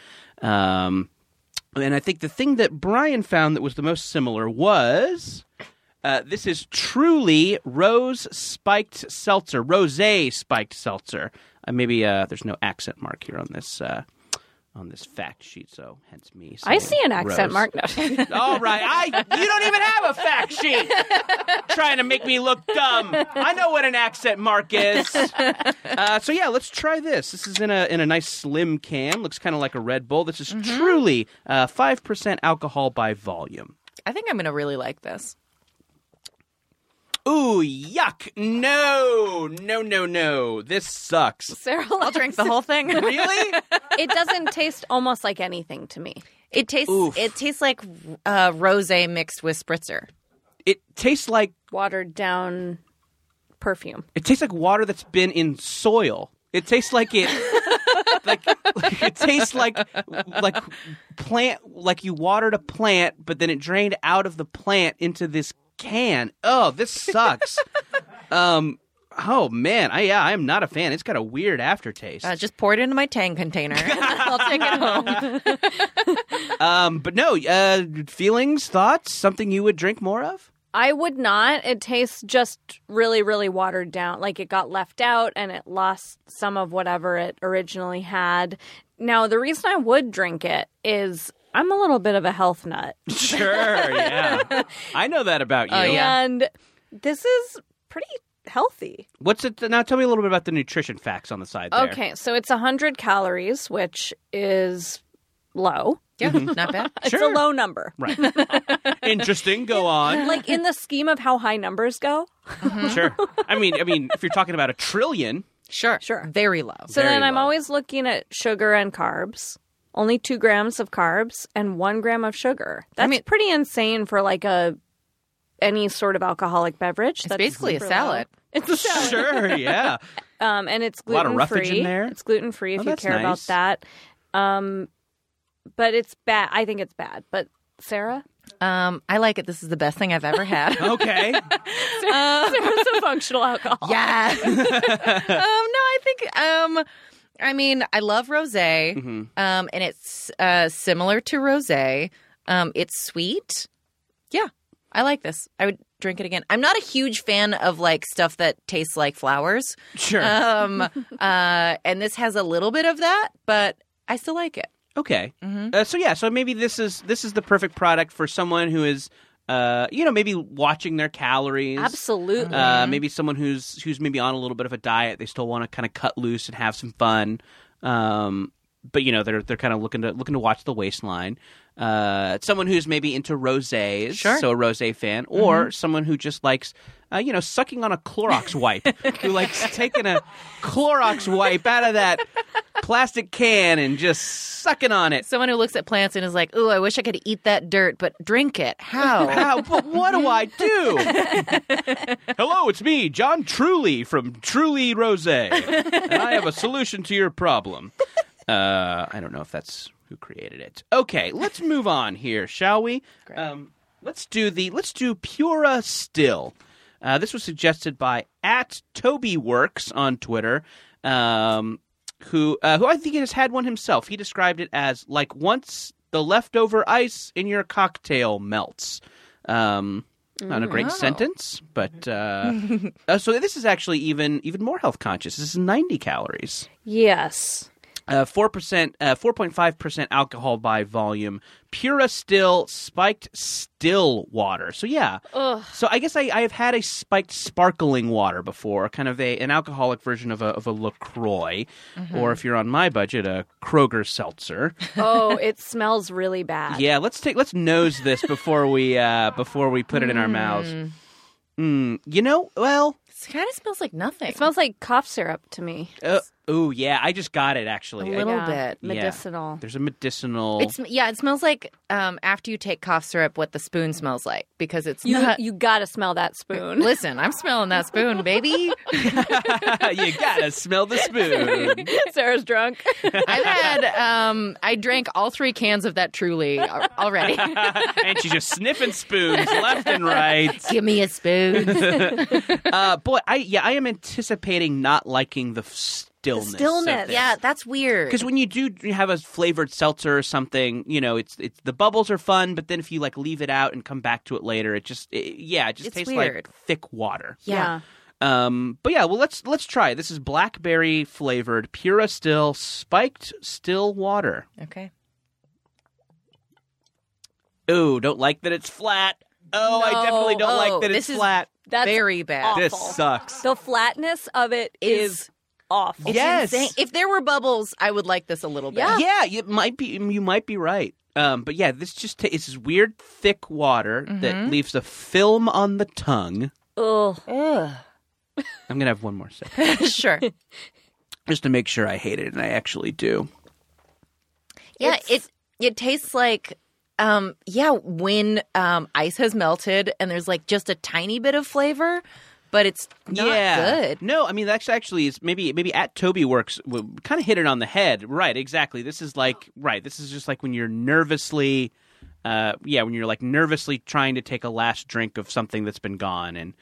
B: Um, and I think the thing that Brian found that was the most similar was uh, this is truly rose spiked seltzer, rose spiked seltzer. Uh, maybe uh, there's no accent mark here on this uh, on this fact sheet, so hence me.
E: I
B: saying
E: see an
B: rose.
E: accent mark. No. (laughs)
B: All right, I you don't even have a fact sheet trying to make me look dumb. I know what an accent mark is. Uh, so yeah, let's try this. This is in a in a nice slim can. Looks kind of like a Red Bull. This is truly uh, five percent alcohol by volume.
C: I think I'm gonna really like this.
B: Ooh, yuck! No, no, no, no. This sucks.
E: Sarah,
C: I'll drink the whole
B: (laughs)
C: thing.
B: Really?
E: it doesn't taste almost like anything to me.
C: It tastes
B: Oof.
C: it tastes like uh, rosé mixed with spritzer.
B: it tastes like
E: Watered down (laughs) perfume.
B: it tastes like water that's been in soil. It tastes like it. Like, like it tastes like like plant like you watered a plant but then it drained out of the plant into this can oh this sucks um oh man i yeah i'm not a fan it's got a weird aftertaste
C: Uh, just pour it into my Tang container. I'll take it home.
B: um but no uh feelings thoughts something you would drink more of
E: I would not. It tastes just really, really watered down. Like it got left out and it lost some of whatever it originally had. Now, the reason I would drink it is I'm a little bit of a health nut.
B: Sure, yeah. (laughs) I know that about you.
E: And this is pretty healthy.
B: What's it now tell me a little bit about the nutrition facts on the side there.
E: Okay, so it's 100 calories, which is low.
C: Yeah,
B: Mm-hmm.
C: not bad.
E: It's a low number.
B: Right. Interesting. Go on.
E: Like in the scheme of how high numbers go.
B: Sure. I mean, I mean, if you're talking about a trillion,
C: Sure.
E: Sure.
C: Very low.
E: So
B: Very
E: then I'm
B: low.
E: always looking at sugar and carbs. Only two grams of carbs and one gram of sugar. That's
C: mean-
E: pretty insane for like a any sort of alcoholic beverage.
C: it's basically a salad.
E: It's a salad.
B: sure, yeah.
E: Um, and it's
B: A lot
E: gluten
B: of roughage in
E: free.
B: there?
E: It's gluten free
B: Oh,
E: if you
B: that's nice.
E: care about that. Um, but it's bad. I think it's bad. But Sarah, (laughs)
C: Um, I like it. This is the best thing I've
B: (laughs)
C: ever had.
B: Okay.
E: Sarah's a functional alcohol.
C: yeah. (laughs) um, no, I think. Um, I mean, I love rosé. Um, and it's uh similar to rosé. Um, it's sweet. Yeah, I like this. I would drink it again. I'm not a huge fan of like stuff that tastes like flowers.
B: Sure.
C: Um, uh, and this has a little bit of that, but I still like it.
B: Okay. Uh, so yeah, so maybe this is this is the perfect product for someone who is, uh, you know, maybe watching their calories.
E: Absolutely.
B: Uh, maybe someone who's who's maybe on a little bit of a diet. They still want to kind of cut loose and have some fun. Um, but you know, they're they're kind of looking to looking to watch the waistline. Uh, someone who's maybe into rosés,
C: Sure.
B: so a rosé fan, or someone who just likes. Uh, you know, sucking on a Clorox wipe. who likes taking a Clorox wipe out of that plastic can and just sucking on it.
C: Someone who looks at plants and is like, "Ooh, I wish I could eat that dirt, but drink it.
B: (laughs)
C: How?"
B: How, but what do I do? (laughs) Hello, it's me, John Truly from Truly Rose. And I have a solution to your problem. Uh, I don't know if that's who created it. Okay, let's move on here, shall we? Um, let's do the let's do Pura Still. Uh, this was suggested by at Toby Works on Twitter. Um, who uh, who I think has had one himself. He described it as like once the leftover ice in your cocktail melts. Um, not a great sentence, but uh, uh, so this is actually even even more health conscious. This is ninety calories, Uh,
E: Yes.
B: four percent, four point five percent alcohol by volume, pura still spiked still water. So yeah, so I guess I, I have had a spiked sparkling water before, kind of a an alcoholic version of a of a Lacroix, or if you're on my budget, a Kroger seltzer. (laughs)
E: Oh, it smells really bad.
B: uh, yeah, let's take let's nose this before we uh, before we put it
C: Hmm.
B: in our mouths. Mm, you know, well,
C: It kind of smells like nothing.
E: It smells like cough syrup to me.
B: uh, oh yeah, I just got it actually.
C: A
B: I-
C: little
E: Yeah.
C: bit.
B: Yeah.
E: Medicinal.
B: There's a medicinal.
C: It's (laughs) yeah, it smells like um, after you take cough syrup, what the spoon smells like because it's
E: You
C: not.
E: you gotta smell that spoon.
C: Listen, I'm smelling that spoon, (laughs)
B: (laughs)
C: baby.
B: you gotta smell the spoon. (laughs)
E: (laughs) Sarah's
D: (laughs)
E: drunk.
C: I've had um, I drank all three cans of that Truly al- (laughs) already.
B: and she's just sniffing spoons left and right.
C: Give me a spoon.
B: Uh, boy, I yeah, I am anticipating not liking the f- stillness.
E: stillness.
C: yeah, that's weird.
B: Because when you do you have a flavored seltzer or something, you know it's it's the bubbles are fun, but then if you like leave it out and come back to it later, it just it, yeah, it just
C: It's
B: tastes
C: weird.
B: like thick water.
C: yeah.
B: Um, but yeah, well let's let's try. it. This is blackberry flavored Pura Still spiked still water.
C: Okay.
B: Ooh, don't like that it's flat. Oh, I definitely don't
C: oh,
B: like that it's
C: this is-
B: flat.
E: That's
C: Very bad.
E: awful.
B: This sucks.
E: The flatness of it is,
C: Is-
E: awful.
B: yes.
C: Insane. If there were bubbles, I would like this a little bit. (laughs)
B: Yeah, it might be. You might be right. Um, but yeah, this just ta- it's this weird thick water
C: Mm-hmm.
B: that leaves a film on the tongue.
E: Ugh.
B: I'm gonna have one more sip
C: sure.
B: just to make sure I hate it, and I actually do.
C: Yeah,
E: It's-
C: it it tastes like um yeah, when um ice has melted and there's like just a tiny bit of flavor, but it's not
B: yeah.
C: good.
B: No, I mean that's actually is maybe maybe at Toby Works kind of hit it on the head. Right, exactly. This is like right. This is just like when you're nervously, uh, yeah, when you're like nervously trying to take a last drink of something that's been gone, and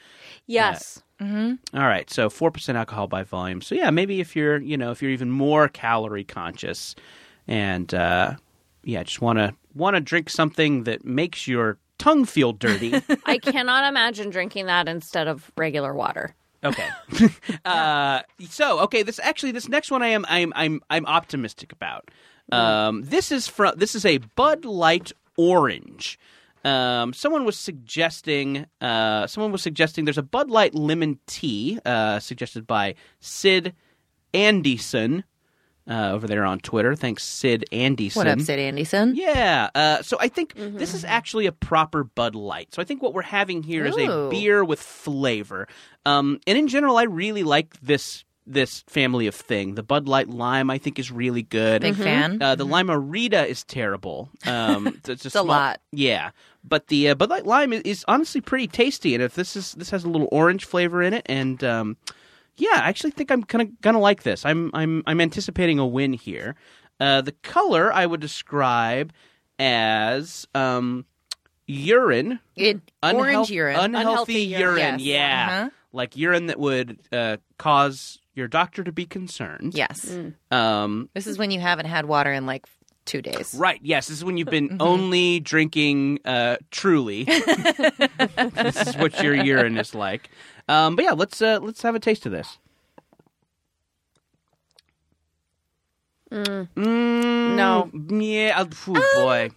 E: Yes.
B: All right, so four percent alcohol by volume. So yeah, maybe if you're you know if you're even more calorie conscious, and uh, yeah, just want to want to drink something that makes your tongue feel dirty.
C: (laughs)
E: I cannot imagine drinking that instead of regular water.
B: okay. uh, so okay, this actually this next one I am I'm I'm I'm optimistic about. Um, this is from this is a Bud Light Orange. Um, someone was suggesting uh, someone was suggesting there's a Bud Light Lemon Tea uh, suggested by Sid Anderson. uh, over there on Twitter. Thanks, Sid Anderson.
C: What up, Sid Anderson?
B: Yeah. Uh, so I think this is actually a proper Bud Light. So I think what we're having here is a
C: Ooh.
B: beer with flavor. Um, and in general, I really like this this family of thing. The Bud Light Lime I think is really good.
C: Big fan.
B: Uh, the Lime Rita is terrible.
C: (laughs)
B: Um, it's,
C: Mm-hmm. It's a lot.
B: Yeah, but the uh, Bud Light Lime is, is honestly pretty tasty, and if this is this has a little orange flavor in it, and um, yeah, I actually think I'm kind of gonna like this. I'm I'm I'm anticipating a win here. Uh, the color I would describe as um, urine,
C: It,
B: unheal-
C: orange urine.
B: unhealthy, urine,
C: Yes.
B: yeah,
C: Uh-huh.
B: like urine that would uh, cause your doctor to be concerned.
C: Yes.
B: Um,
C: This is when you haven't had water in like two days.
B: Right. Yes. This is when you've
C: Mm-hmm.
B: been only drinking uh, truly.
C: (laughs)
B: this is what your urine is like. Um, but yeah, let's uh, let's have a taste of this. Mm,
D: No.
B: Yeah. uh, phew, boy.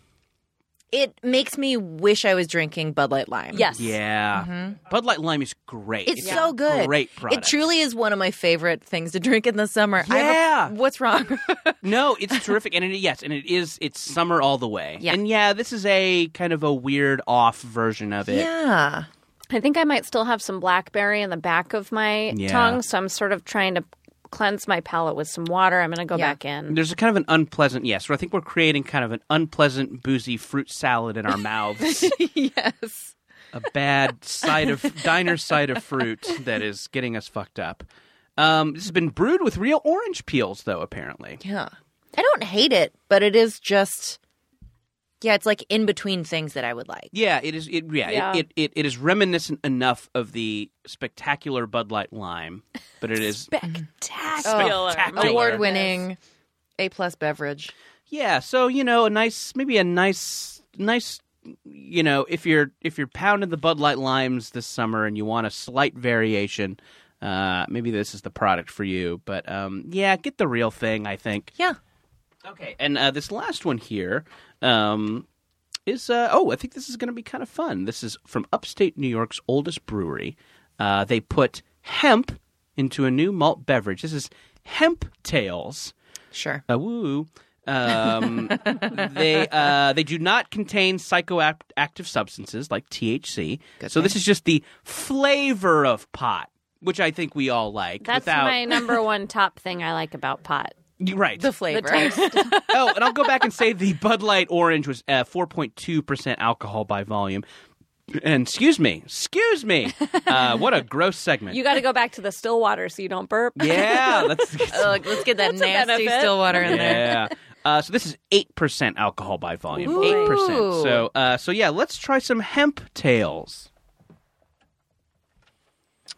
C: It makes me wish I was drinking Bud Light Lime.
D: Yes.
B: Yeah. Bud Light Lime is great.
C: It's
B: a
C: so good.
B: Great product.
C: It truly is one of my favorite things to drink in the summer. I
B: Yeah.
C: have a- what's
B: (laughs)
C: wrong?
B: No, it's terrific, and it, yes, and it is. It's summer all the way.
C: Yeah.
B: And yeah, this is a kind of a weird off version of it.
C: yeah.
D: I think I might still have some blackberry in the back of my
B: Yeah.
D: tongue, so I'm sort of trying to cleanse my palate with some water. I'm going to go
C: Yeah.
D: back in.
B: There's a kind of an unpleasant yes. where I think we're creating kind of an unpleasant boozy fruit salad in our mouths.
C: yes.
B: a bad side of diner side of fruit that is getting us fucked up. Um, this has been brewed with real orange peels, though. Apparently,
C: Yeah. I don't hate it, but it is just Yeah, it's like in between things that I would like.
B: yeah, it is. It, yeah,
D: Yeah.
B: It, it, it it is reminiscent enough of the spectacular Bud Light Lime, but it is
D: Spectacular.
B: Spectacular.
D: Award
C: Award
D: win.
C: winning A plus beverage.
B: yeah. So you know, a nice maybe a nice nice. You know, if you're if you're pounding the Bud Light limes this summer and you want a slight variation, uh, maybe this is the product for you. But um, yeah, get the real thing. I think.
C: Yeah.
B: Okay, and uh, this last one here um, is uh, oh, I think this is going to be kind of fun. This is from upstate New York's oldest brewery. Uh, they put hemp into a new malt beverage. This is Hemp Tails.
C: Sure.
B: Uh, woo. Um, they uh, they do not contain psychoactive substances like THC. so this is just the flavor of pot, which I think we all like.
D: That's
B: without
D: my number one top thing I like about pot.
B: You're right
C: The flavor.
B: oh, and I'll go back and say the Bud Light Orange was uh, 4.2% alcohol by volume. And excuse me, excuse me. Uh, what a gross
D: (laughs)
B: segment.
D: You got to go back to the still water so you don't burp.
B: yeah, that's
C: (laughs) Ugh, let's get that nasty
D: benefit.
C: still water in there.
B: yeah. Uh, so this is eight percent alcohol by volume.
C: Ooh.
B: Eight percent. So uh, so yeah, let's try some hemp tails.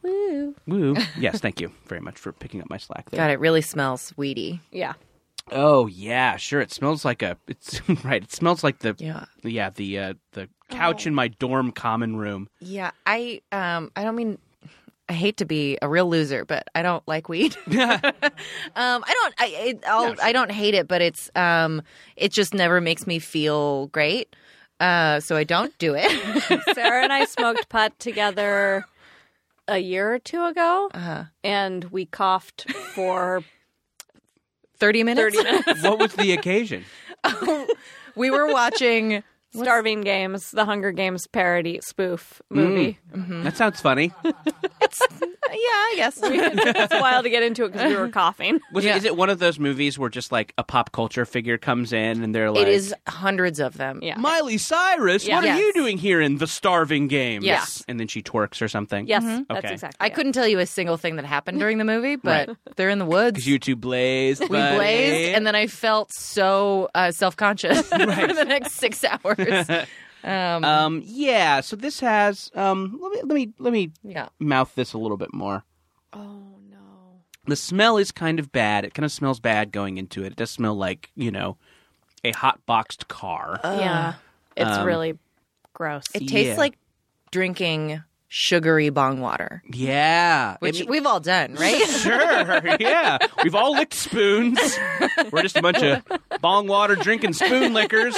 B: Woo. Woo. Yes, thank you very much for picking up my slack there.
C: God, it really smells weedy.
D: Yeah.
B: Oh yeah, sure. It smells like a. It's (laughs) right. It smells like the
C: Yeah. Oh.
B: yeah the uh, the couch in my dorm common room.
C: Yeah, I um I don't mean I hate to be a real loser, but I don't
D: (laughs)
C: like weed. (laughs) um I don't I it, I'll, I don't hate it, but it's um it just never makes me feel great. Uh so I don't do it. (laughs)
D: (laughs) Sarah and I smoked pot together a year or two ago,
C: Uh-huh.
D: and we coughed
C: (laughs)
D: for
C: 30 minutes.
D: 30 minutes.
B: what was the occasion?
C: (laughs) we were watching
D: Starving Games, the Hunger Games parody spoof
C: Mm. (laughs)
D: movie. (laughs)
C: Hmm.
B: That sounds funny.
C: Yeah, I guess.
D: it's a while to get into it because we
C: (laughs)
D: were coughing.
B: Was it, is it one of those movies where just like a pop culture figure comes in and they're like,
C: it is hundreds of them.
D: Yeah.
B: Miley Cyrus, what
C: Yeah.
B: are you
C: Yes.
B: doing here in The Starving Games?
C: Yes.
B: And then she twerks or something.
D: Yes,
E: Mm-hmm.
D: that's
B: Okay.
D: exactly.
C: Mm-hmm. I
D: it.
C: couldn't tell you a single thing that happened during the movie, but they're in the woods.
B: Because you two blazed.
C: we blazed, and then I felt so uh, self conscious (laughs) for the next six (laughs) hours. Um,
B: Um, yeah, so this has. Um, let me let me let me
C: yeah.
B: mouth this a little bit more. Oh no. The smell is kind of bad. It kind of smells bad going into it. It does smell like you know, a hot boxed car.
C: Uh,
D: yeah, it's really gross.
C: Um, It tastes
B: Yeah.
C: like drinking sugary bong water,
B: yeah,
C: which
B: I mean-
C: we've all done, right?
B: Sure, yeah. We've all licked spoons. We're just a bunch of bong water drinking spoon lickers.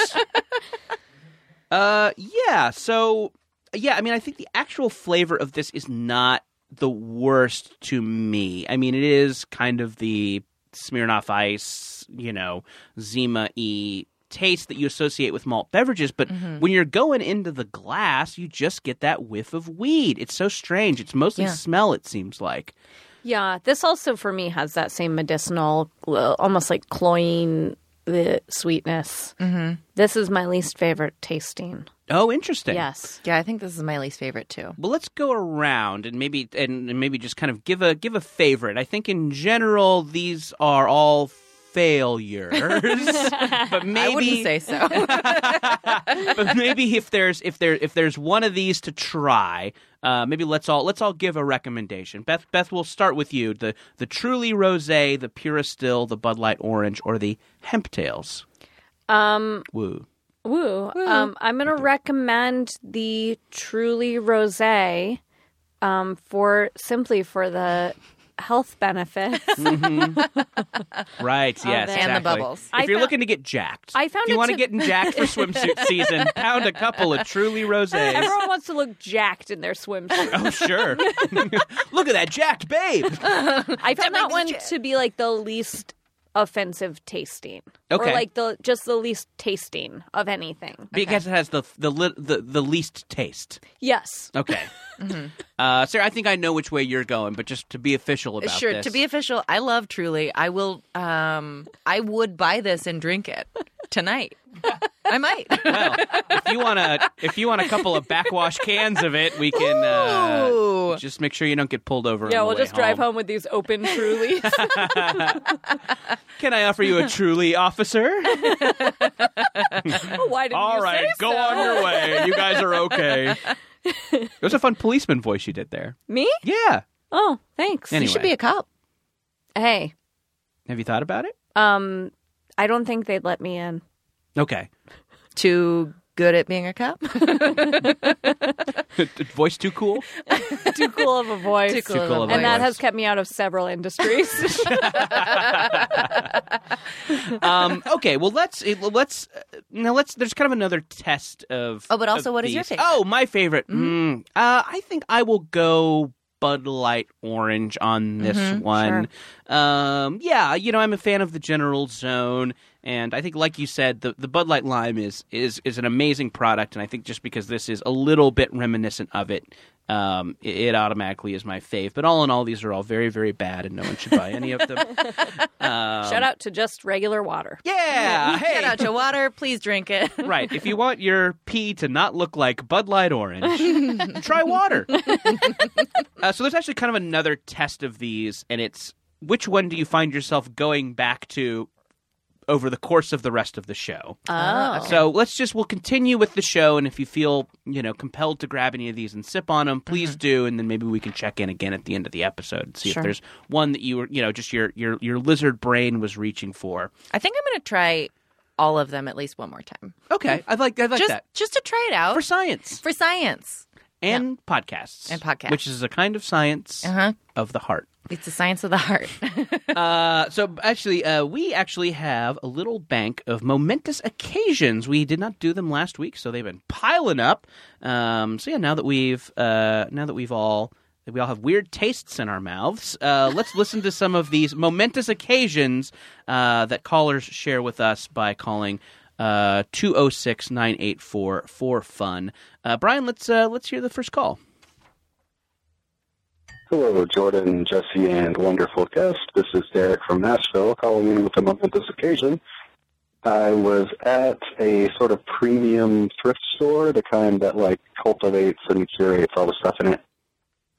B: Uh, yeah. So, yeah. I mean, I think the actual flavor of this is not the worst to me. I mean, it is kind of the Smirnoff Ice, you know, Zima E taste that you associate with malt beverages. But when you're going into the glass, you just get that whiff of weed. It's so strange. It's mostly
C: Yeah.
B: smell, it seems like.
E: Yeah, this also for me has that same medicinal, uh, almost like cloying the sweetness. Mm-hmm. This is my least favorite tasting.
B: Oh, interesting.
E: Yes.
C: Yeah, I think this is my least favorite too.
B: Well, let's go around and maybe and and maybe just kind of give a give a favorite. I think in general these are all
C: (laughs)
B: failures, but maybe
C: I wouldn't say so.
B: but maybe if there's if there if there's one of these to try, uh, maybe let's all let's all give a recommendation. Beth Beth, we'll start with you. The the truly rosé, the purest still, the Bud Light orange, or the hemp tails. Um. Woo.
E: Woo. Um, I'm going to recommend the Truly Rosé um, for simply for the health benefits. (laughs)
B: Right. Yes.
E: there.
B: Exactly.
C: And the bubbles.
B: If
E: I
B: you're
E: found-
B: looking to get jacked,
E: I found
B: if you
E: it
B: want
E: to-
B: get in jacked for swimsuit
E: (laughs)
B: season, pound a couple of truly rosés.
E: (laughs) Everyone wants to look jacked in their swimsuit.
B: Oh sure. (laughs) Look at that jacked babe.
E: (laughs) I found that one to be like the least offensive tasting.
B: Okay.
E: Or like the just the least tasting of anything.
B: Because it has the the li- the, the least taste.
E: Yes.
B: Okay.
E: Mm-hmm.
B: uh, Sarah, I think I know which way you're going, but just to be official about
C: sure,
B: this.
C: to be official, I love Truly. I will. Um, I would buy this and drink it tonight. I might.
B: well, if you want to, if you want a couple of backwash cans of it, we can uh,
C: Ooh.
B: just make sure you don't get pulled over. on
E: Yeah,
B: the
E: we'll
B: way
E: just drive home with these open (laughs) Trulies.
B: Can I offer
E: (laughs)
B: you a truly, officer?
E: Why didn't
B: All
E: you
B: right,
E: say
B: go
E: so?
B: on your way. You guys are
E: (laughs)
B: okay. it was a fun policeman voice you did there.
E: Me?
B: Yeah.
E: Oh, thanks.
B: Anyway,
C: You should be a cop.
E: Hey,
B: have you thought about it?
E: um, I don't think they'd let me in.
B: Okay. (laughs)
C: Too good at being a cop.
B: voice too cool.
E: Too cool (laughs) of a voice.
C: Too cool
B: cool of a
C: voice.
E: And that
B: voice.
E: has kept me out of
B: (laughs)
E: several industries. (laughs)
B: Um, okay. Well, let's eh, let's uh, now let's. There's kind of another test of.
C: Oh, but also,
B: of
C: what is your
B: these.
C: favorite? Mm-hmm.
B: Oh, my favorite. Mm. uh, I think I will go Bud Light Orange on this
C: Mm-hmm,
B: one. Um, yeah, you know, I'm a fan of the General Zone, and I think, like you said, the, the Bud Light Lime is is is an amazing product, and I think just because this is a little bit reminiscent of it. Um, it, it automatically is my fave, but all in all, these are all very, very bad, and no one should buy any
C: (laughs)
B: of them. Um,
E: Shout out to just regular water.
B: yeah, Uh, hey,
C: Get out your water. Please drink it.
B: right. If you want your pee to not look like Bud Light Orange, try water. uh, so there's actually kind of another test of these, and it's which one do you find yourself going back to over the course of the rest of the show?
C: Oh,
B: So let's just we'll continue with the show, and if you feel you know compelled to grab any of these and sip on them, please
C: Mm-hmm.
B: do, and then maybe we can check in again at the end of the episode and see if there's one that you were you know just your your your lizard brain was reaching for.
C: I think I'm going to try all of them at least one more time.
B: Okay, I'd like I'd like
C: just,
B: that
C: just to try it out
B: for science.
C: for science.
B: and podcasts
C: And podcasts.
B: which is a kind of science
C: Uh huh.
B: of the heart.
C: It's the science of the heart. (laughs)
B: Uh, so actually, uh, we actually have a little bank of momentous occasions. We did not do them last week, so they've been piling up. Um, so yeah, now that we've uh, now that we've all that we all have weird tastes in our mouths, uh, (laughs) let's listen to some of these momentous occasions uh, that callers share with us by calling. Uh, 206-984 for fun. Uh, Brian, let's uh, let's hear the first call.
H: Hello, Jordan, Jesse, and wonderful guest. This is Derek from Nashville calling in with a momentous occasion. I was at a sort of premium thrift store, the kind that like cultivates and curates all the stuff in it.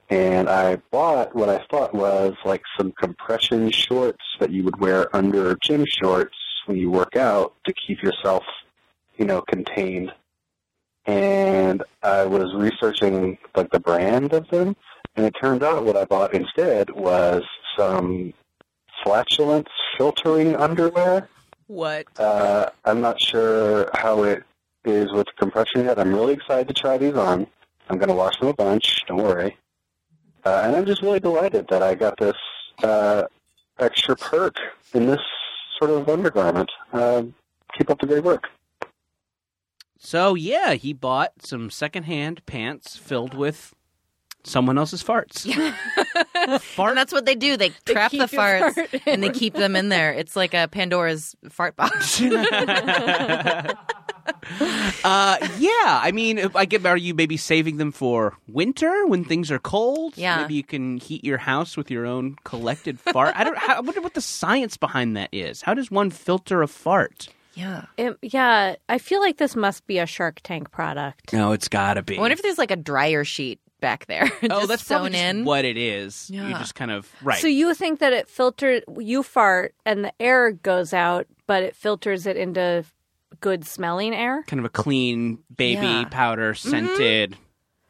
H: And I bought what I thought was like some compression shorts that you would wear under gym shorts when you work out to keep yourself, you know, contained. And I was researching like the brand of them. And it turned out what I bought instead was some flatulence filtering underwear.
C: what?
H: Uh, I'm not sure how it is with compression yet. I'm really excited to try these on. I'm going to wash them a bunch. Don't worry. Uh, and I'm just really delighted that I got this uh, extra perk in this sort of undergarment. Uh, keep up the great work.
B: So yeah, he bought some secondhand pants filled with someone else's farts. Fart.
C: And that's what they do. They trap
E: keep
C: the
E: your
C: farts
E: fart in.
C: and they keep them in there. It's like a Pandora's fart
B: (laughs)
C: box.
B: (laughs) uh, yeah, I mean, I get. Are you maybe saving them for winter when things are cold?
C: Yeah.
B: maybe you can heat your house with your own collected fart. I don't. I wonder what the science behind that is. How does one filter a fart?
C: yeah.
E: It- yeah, I feel like this must be a Shark Tank product.
B: No, it's got to be.
C: I wonder if there's like a dryer sheet back there. (laughs)
B: oh,
C: just
B: that's
C: sewn
B: probably just
C: in.
B: what it is. You
C: Yeah.
B: just kind of right.
E: So you think that it filtered you fart and the air goes out, but it filters it into good smelling air?
B: kind of a clean baby
C: Yeah. Mm-hmm.
B: powder scented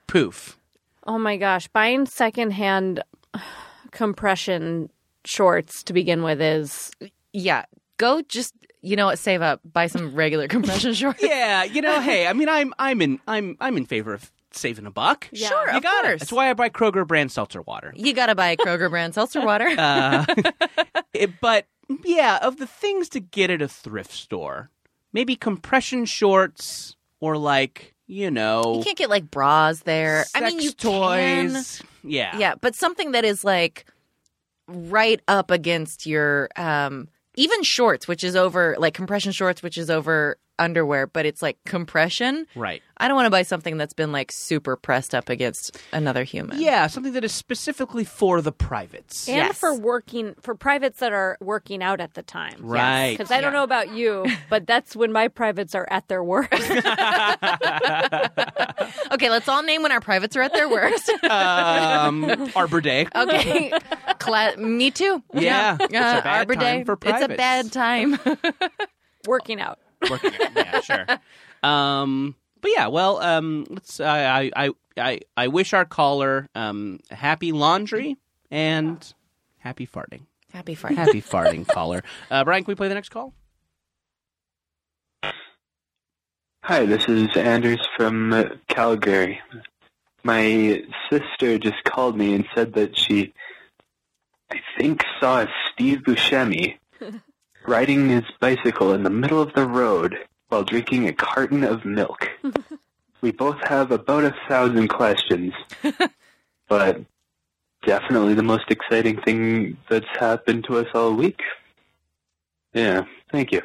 B: poof.
E: Oh my gosh, buying secondhand compression shorts to begin with is
C: Yeah. Go just you know what, save up, buy some regular (laughs) compression shorts.
B: Yeah, you know, hey, I mean, I'm I'm in I'm I'm in favor of saving a buck.
C: Sure,
B: you
C: of
B: got it.
C: course.
B: That's why I buy Kroger brand seltzer water.
C: You gotta buy Kroger brand seltzer water.
B: Uh, it- but yeah, of the things to get at a thrift store, maybe compression shorts or like you know,
C: you can't get like bras there.
B: sex
C: I mean, you can.
B: toys. Yeah,
C: Yeah, but something that is like right up against your um even shorts, which is over like compression shorts, which is over underwear, but it's like compression.
B: right.
C: I don't want to buy something that's been like super pressed up against another human.
B: Yeah, something that is specifically for the privates.
E: and
C: Yes.
E: for working for privates that are working out at the time.
B: Right.
E: Because I don't know about you, but that's when my privates are at their worst.
B: (laughs)
C: Okay, let's all name when our privates are at their
B: (laughs)
C: worst. (laughs)
B: um, Arbor Day.
C: okay. Cla- me too.
B: Yeah, it's a
C: Uh,
B: bad
C: Arbor
B: time
C: Day.
B: for
C: it's a
B: privates.
C: bad time. (laughs)
E: working out.
B: working. yeah, sure. Um, but yeah, well, um, let's. I, I, I, I, I wish our caller um, happy laundry and happy farting.
C: Happy Friday.
B: Happy farting, caller. Uh, Brian, can we play the next call?
H: Hi, this is Anders from uh, Calgary. My sister just called me and said that she, I think, saw Steve Buscemi riding his bicycle in the middle of the road while drinking a carton of milk. we both have about a thousand questions, but definitely the most exciting thing that's happened to us all week. Yeah, thank you.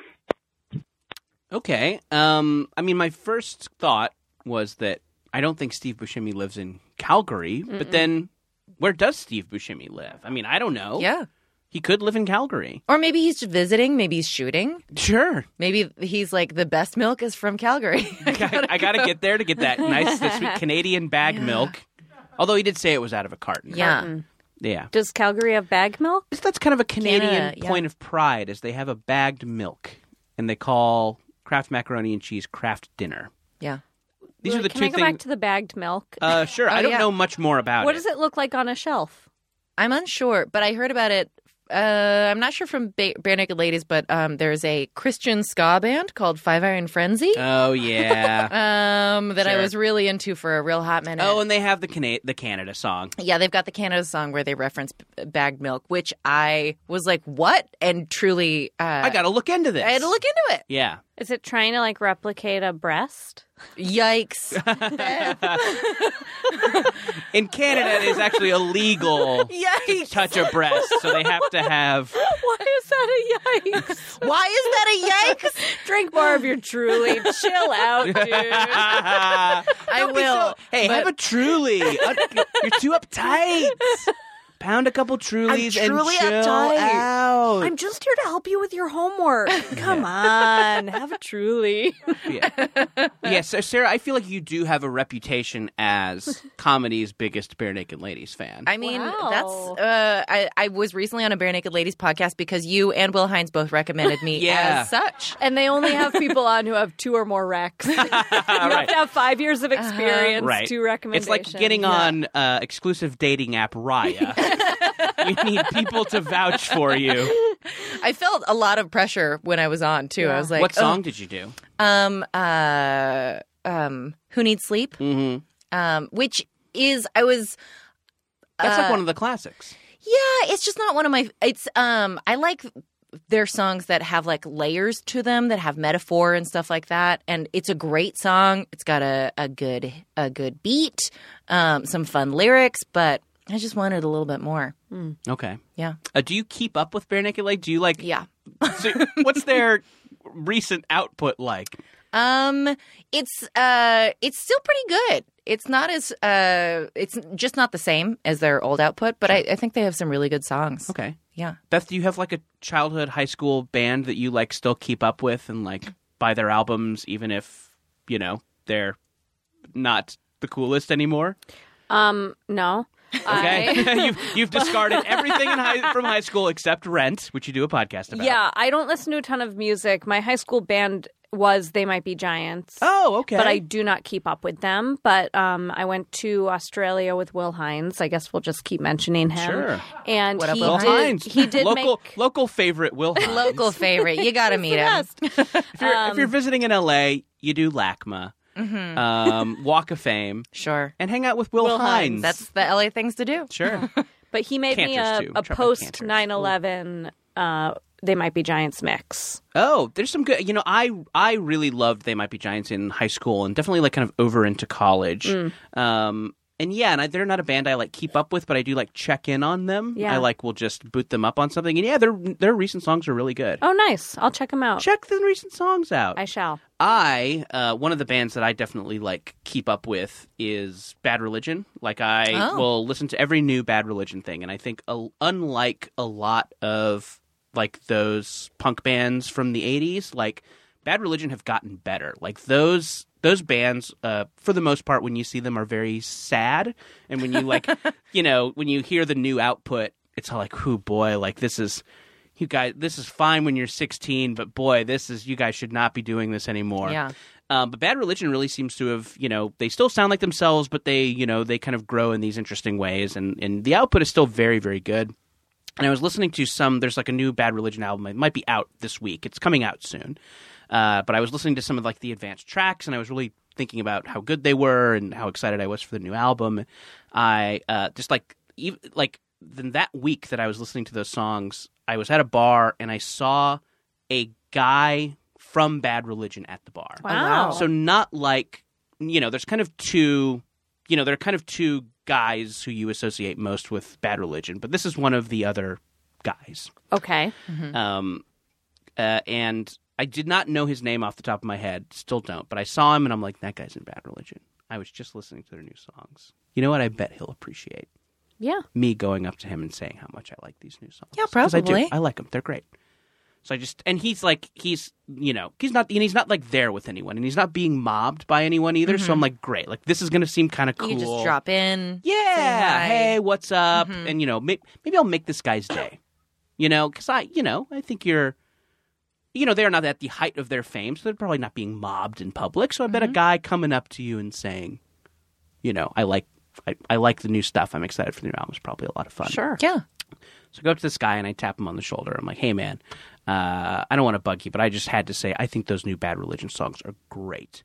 B: Okay. Um, I mean, my first thought was that I don't think Steve Buscemi lives in Calgary, but then where does Steve Buscemi live? I mean, I don't know.
C: Yeah.
B: He could live in Calgary.
C: Or maybe he's visiting. Maybe he's shooting.
B: Sure.
C: Maybe he's like, the best milk is from Calgary. (laughs)
B: I gotta, I gotta get there to get that nice, the sweet Canadian bag milk. Although he did say it was out of a carton.
C: yeah.
B: Yeah.
E: Does Calgary have bag milk?
B: Just- That's kind of a Canadian
C: Canada, yeah.
B: point of pride, is they have a bagged milk, and they call Kraft macaroni and cheese Kraft dinner.
C: Yeah.
B: These are the
E: Can
B: two
E: I go
B: things.
E: back to the bagged milk?
B: uh, sure, I
C: Oh,
B: don't
C: yeah.
B: know much more about
E: what
B: it.
E: does it look like on a shelf?
C: I'm unsure, but I heard about it. Uh, I'm not sure from ba- Bare Naked Ladies, but um, there's a Christian ska band called Five Iron Frenzy
B: Oh
C: (laughs)
B: yeah.
C: um, that I
B: sure.
C: was really into for a real hot minute.
B: oh, and they have the Cana- the Canada song.
C: Yeah, they've got the Canada song where they reference b- bagged milk, which I was like, what? And truly, uh,
B: I gotta look into this.
C: I had to look into it.
B: Yeah.
E: Is it trying to like replicate a breast? (laughs)
B: (laughs)
C: Yikes.
B: In Canada, it is actually
C: (laughs)
B: illegal.
C: (laughs) Yikes.
B: Touch a breast, so they have to have. (laughs)
E: Why is that a yikes?
C: Why is that a yikes?
E: (laughs) Drink more of your truly. Chill
B: (laughs)
E: out, dude.
C: I will.
B: Hey,
C: but
B: have a truly. Uh, You're too
C: (laughs)
B: uptight. Pound a couple trulies
C: truly
B: and chill
C: uptight.
B: out.
E: I'm just here to help you with your (laughs) homework. Come on, have a truly.
C: (laughs)
B: yeah. yeah, so Sarah, I feel like you do have a reputation as comedy's biggest bare naked ladies fan.
C: I mean,
E: Wow.
C: that's. Uh, I, I was recently on a Bare Naked Ladies podcast because you and Will Hines both recommended me
B: (laughs) Yeah.
C: as such.
E: (laughs) And they only have people on who have two or
B: (laughs)
E: more recs. you have
B: Right. Uh-huh.
E: to have five years of experience
B: right.
E: to
B: It's
E: recommendations.
B: like getting on uh, exclusive dating app
C: (laughs)
B: Raya. you need people to vouch for you.
C: I felt a lot of pressure when I was on too. I was (laughs) like,
B: what song did you do?
C: "Oh, um, uh, um, who needs sleep?
B: Mm-hmm.
C: Um, which is I was.
B: That's like one of the classics.
C: Yeah, it's just not one of my. It's um, I like their songs that have like layers to them that have metaphor and stuff like that. And it's a great song. It's got a, a good a good beat, um, some fun lyrics, but I just wanted a little bit more.
B: Okay.
C: Yeah.
B: Uh, do you keep up with Bare Naked Lake? Do you like?
C: Yeah.
B: so what's their recent output
C: (laughs)
B: like?
C: Um, it's uh, it's still pretty good. It's not as uh, it's just not the same as their old output, but I, I think they have some really good songs.
B: Okay.
C: Yeah.
B: Beth, do you have like a childhood high school band that you like still keep up with and like buy their albums even if, you know, they're not the coolest anymore?
E: Um, no. I-
B: Okay. (laughs) you've you've
E: (laughs)
B: discarded everything in high, from high school except Rent, which you do a podcast about.
E: yeah, I don't listen to a ton of music. My high school band was They Might Be Giants.
B: Oh, okay.
E: But I do not keep up with them. But um, I went to Australia with Will Hines. I guess we'll just keep mentioning him.
B: Sure.
E: And
C: What up,
E: he
C: Will
E: did.
B: Hines.
E: He did
B: local
E: make.
B: local favorite Will Hines.
C: Local favorite.
B: (laughs)
C: You got to meet him.
B: If you're, if you're
E: um,
B: visiting in LA, you do LACMA,
E: Mm-hmm.
B: um, Walk of Fame,
C: (laughs) Sure.
B: and hang out with Will, Hines.
C: That's the LA things to do.
E: (laughs)
B: sure.
E: But he made me
B: Cantors,
E: a,
B: too.
E: a
B: Trevor
E: post
B: Cantors.
E: 9 11 uh, They Might Be Giants mix.
B: Oh, there's some good. You know, I I really loved They Might Be Giants in high school, and definitely like kind of over into college.
E: Mm.
B: Um, and yeah, and I, they're not a band I like keep up with, but I do like check in on them.
E: Yeah.
B: I like will just boot them up on something, and yeah, their their recent songs are really good.
E: Oh, nice. I'll check him out.
B: Check the recent songs out.
E: I shall.
B: I uh, one of the bands that I definitely like keep up with is Bad Religion. Like I
C: Oh.
B: will listen to every new Bad Religion thing, and I think a, unlike a lot of like those punk bands from the '80s, like Bad Religion have gotten better. Like those those bands, uh, for the most part, when you see them, are very sad, and when you like, you know, when you hear the new output, it's all like, "Ooh boy, like this is." you guys, this is fine when you're 16, but boy, this is you guys should not be doing this anymore.
C: Yeah.
B: Um, but Bad Religion really seems to have, you know, they still sound like themselves, but they, you know, they kind of grow in these interesting ways, and and the output is still very, very good. And I was listening to some. There's like a new Bad Religion album. It might be out this week. It's coming out soon. Uh, but I was listening to some of like the advanced tracks, and I was really thinking about how good they were and how excited I was for the new album. I uh, just like ev- like then that week that I was listening to those songs, I was at a bar and I saw a guy from Bad Religion at the bar.
C: Wow.
B: So not like you know, there's kind of two you know, there are kind of two guys who you associate most with bad religion, but this is one of the other guys.
E: Okay.
B: Um uh, and I did not know his name off the top of my head, still don't, but I saw him and I'm like, that guy's in bad religion. I was just listening to their new songs. You know what? I bet he'll appreciate
E: Yeah.
B: me going up to him and saying how much I like these new songs.
C: Yeah,
B: 'Cause I, do.
C: probably.
B: I like them. They're great. So I just and he's like he's you know he's not and he's not like there with anyone and he's not being mobbed by anyone either. So I'm like great, like this is gonna seem kind of cool.
C: Mm-hmm. You just drop in.
B: Yeah.
C: hi.
B: Hey, what's up? And you know, may- maybe I'll make this guy's day. You know, because I, you know, I think you're, you know, they're not at the height of their fame, so they're probably not being mobbed in public. So I bet a guy coming up to you and saying, you know, I like, I, I like the new stuff. I'm excited for the new album. It's probably a lot of fun.
E: Sure.
C: Yeah.
B: So I go up to this guy and I tap him on the shoulder. I'm like, hey, man, uh, I don't want to bug you, but I just had to say, I think those new Bad Religion songs are great.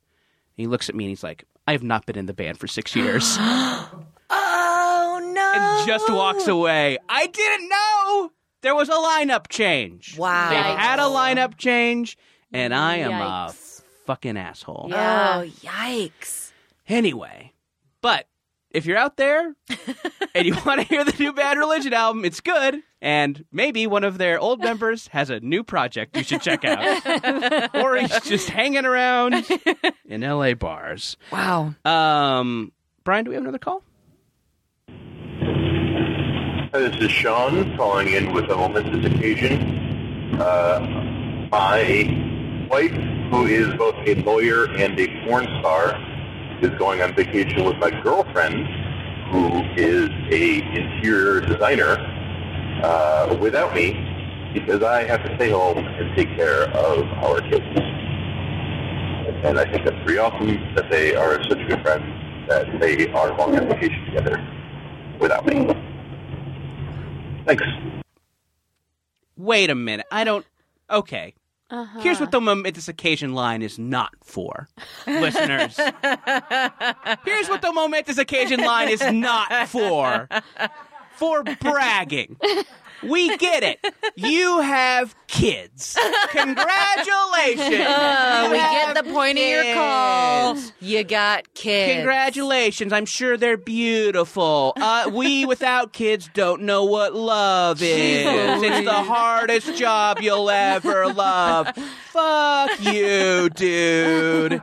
B: And he looks at me and he's like, I have not been in the band for six years.
C: Oh no.
B: and just walks away. I didn't know there was a lineup change.
C: Wow.
B: They
C: Yikes.
B: had a lineup change, and I am a
E: Yikes.
B: fucking asshole.
C: Oh yikes.
B: Anyway, but if you're out
C: (laughs)
B: there and you want to hear the new Bad Religion album, it's good. And maybe one of their old members has a new project you should check out.
C: (laughs)
B: or he's just hanging around in LA bars.
C: Wow.
B: Um, Brian, do we have another call?
H: Hi, This is Sean calling in with a momentous occasion. Uh, my wife, who is both a lawyer and a porn star, is going on vacation with my girlfriend, who is a interior designer, uh, without me because I have to stay home and take care of our kids. And I think that's pretty awesome that they are such good friends that they are going on vacation together without me. Thanks.
B: wait a minute. I don't. Okay.
C: Uh-huh.
B: Here's what the momentous occasion line is not for, (laughs) listeners. Here's what the momentous occasion line is not for. For bragging. We get it. You have kids. Congratulations.
C: Oh,
B: You
C: we
B: have
C: get the point of your call.
B: kids.
C: You got kids.
B: Congratulations. I'm sure they're beautiful. Uh,
C: (laughs)
B: we without kids don't know what love is. It's the hardest job you'll ever love. Fuck you, dude.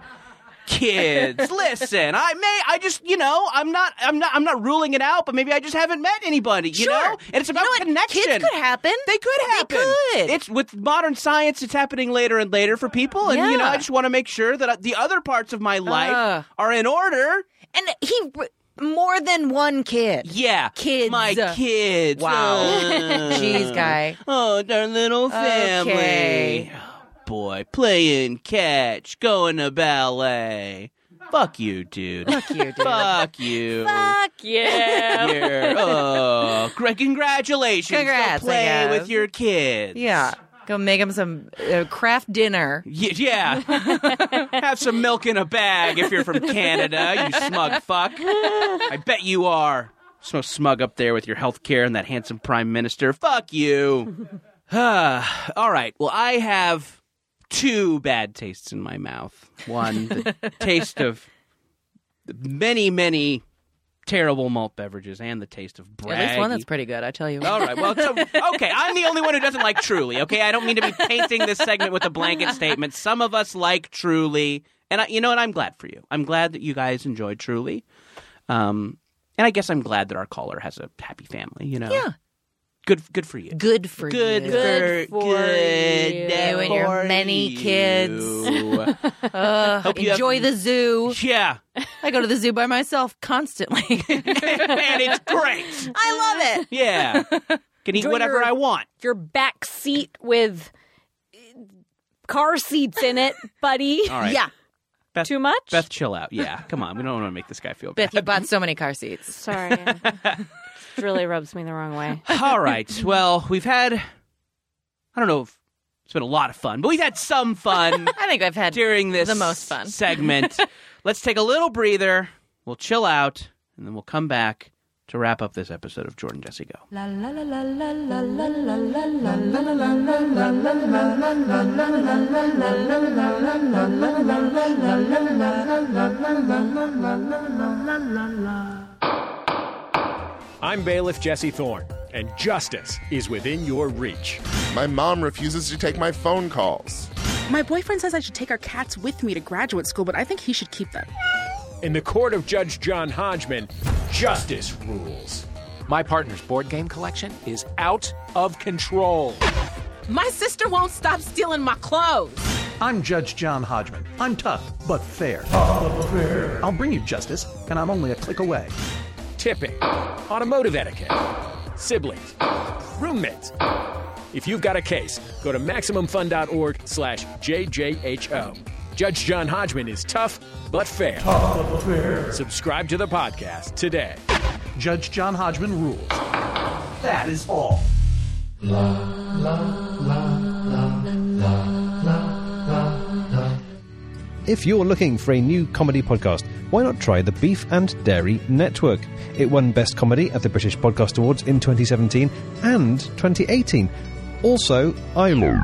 B: Kids, listen. I may, I just, you know, I'm not, I'm not, I'm not ruling it out, but maybe I just haven't met anybody, you
C: Sure.
B: know. And it's about
C: know what?
B: connection.
C: Kids could happen.
B: They could happen.
C: could.
B: It's with modern science. It's happening later and later for people, and you know,
C: Yeah. Uh.
B: I just want to make sure that uh, the other parts of my life
C: Ugh.
B: are in order.
C: And he more than one kid.
B: Yeah,
C: Kids.
B: my kids.
C: Wow.
B: Uh,
C: (laughs) Jeez, guy.
B: Oh, their little family.
C: Okay.
B: Oh, boy, playing catch, going to ballet. Fuck you, dude. Fuck
C: you, dude.
B: Fuck you.
E: Oh,
D: Fuck yeah.
B: You're- oh, cra- congratulations. Go
C: Congrats, I
B: play
C: guess.
B: with your kids.
C: Yeah. Go make him some uh, craft dinner.
B: Y-
C: (laughs)
B: yeah. Have some milk in a bag if you're from Canada, you smug fuck. I bet you are. So smug up there with your health care and that handsome prime minister. Fuck you. (sighs) All right. Well, I have two bad tastes in my mouth. One,
C: (laughs)
B: the taste of many, many terrible malt beverages and the taste of braggy.
C: At least one that's pretty good, I tell you.
B: All right. Well, so, okay. I'm the only one who doesn't like Truly. Okay. I don't mean to be painting this segment with a blanket statement. Some of us like Truly, and I, you know, and I'm glad for you. I'm glad that you guys enjoy Truly, um, and I guess I'm glad that our caller has a happy family. You know.
C: Yeah.
B: Good. Good for you.
C: Good for
B: Good,
C: you.
B: for, good
D: you.
B: day
C: You and your
B: for
C: many
B: you.
C: kids. Uh,
B: Hope you
C: enjoy
B: have-
C: the
B: (laughs)
C: zoo.
B: yeah,
C: I go to the zoo by myself constantly. (laughs)
B: and it's great.
C: I love it.
B: Yeah, can eat
D: Enjoy
B: whatever
D: your-
B: I want.
D: Your back seat with uh, car seats in it, (laughs) buddy.
B: All right.
C: Yeah.
B: Beth,
D: Too much?
B: Beth, chill out. Yeah, come on. We don't want to make this guy feel bad.
C: Beth, you bought so many car
B: (laughs)
C: seats.
D: Sorry. it really rubs me the wrong way.
B: All
C: (laughs)
B: right. Well, we've had, I don't know if it's been a lot of fun, but we've had some
C: (laughs)
B: fun
C: I think I've had
B: during this
C: The most
B: (laughs)
C: fun.
B: segment. Let's take a little breather. We'll chill out, and then we'll come back to wrap up this episode of Jordan Jesse Go.
A: La la la la la la la la la la
I: I'm bailiff Jesse Thorne, and justice is within your reach.
J: My mom refuses to take my phone calls.
K: My boyfriend says I should take our cats with me to graduate school, but I think he should keep them.
I: In the court of Judge John Hodgman, justice rules. My partner's board game collection is out of control.
K: My sister won't stop stealing my clothes.
L: I'm Judge John Hodgman. I'm tough, but fair. I'll bring you justice, and I'm only a click away.
I: Tipping, automotive etiquette, siblings, roommates. If you've got a case, go to MaximumFun.org slash JJHO. Judge John Hodgman is tough but fair. Tough but fair. Subscribe to the podcast today.
L: Judge John Hodgman rules. That is all.
M: If you're looking for a new comedy podcast, why not try the Beef and Dairy Network? It won Best Comedy at the British Podcast Awards in 2017 and 2018. Also, Island.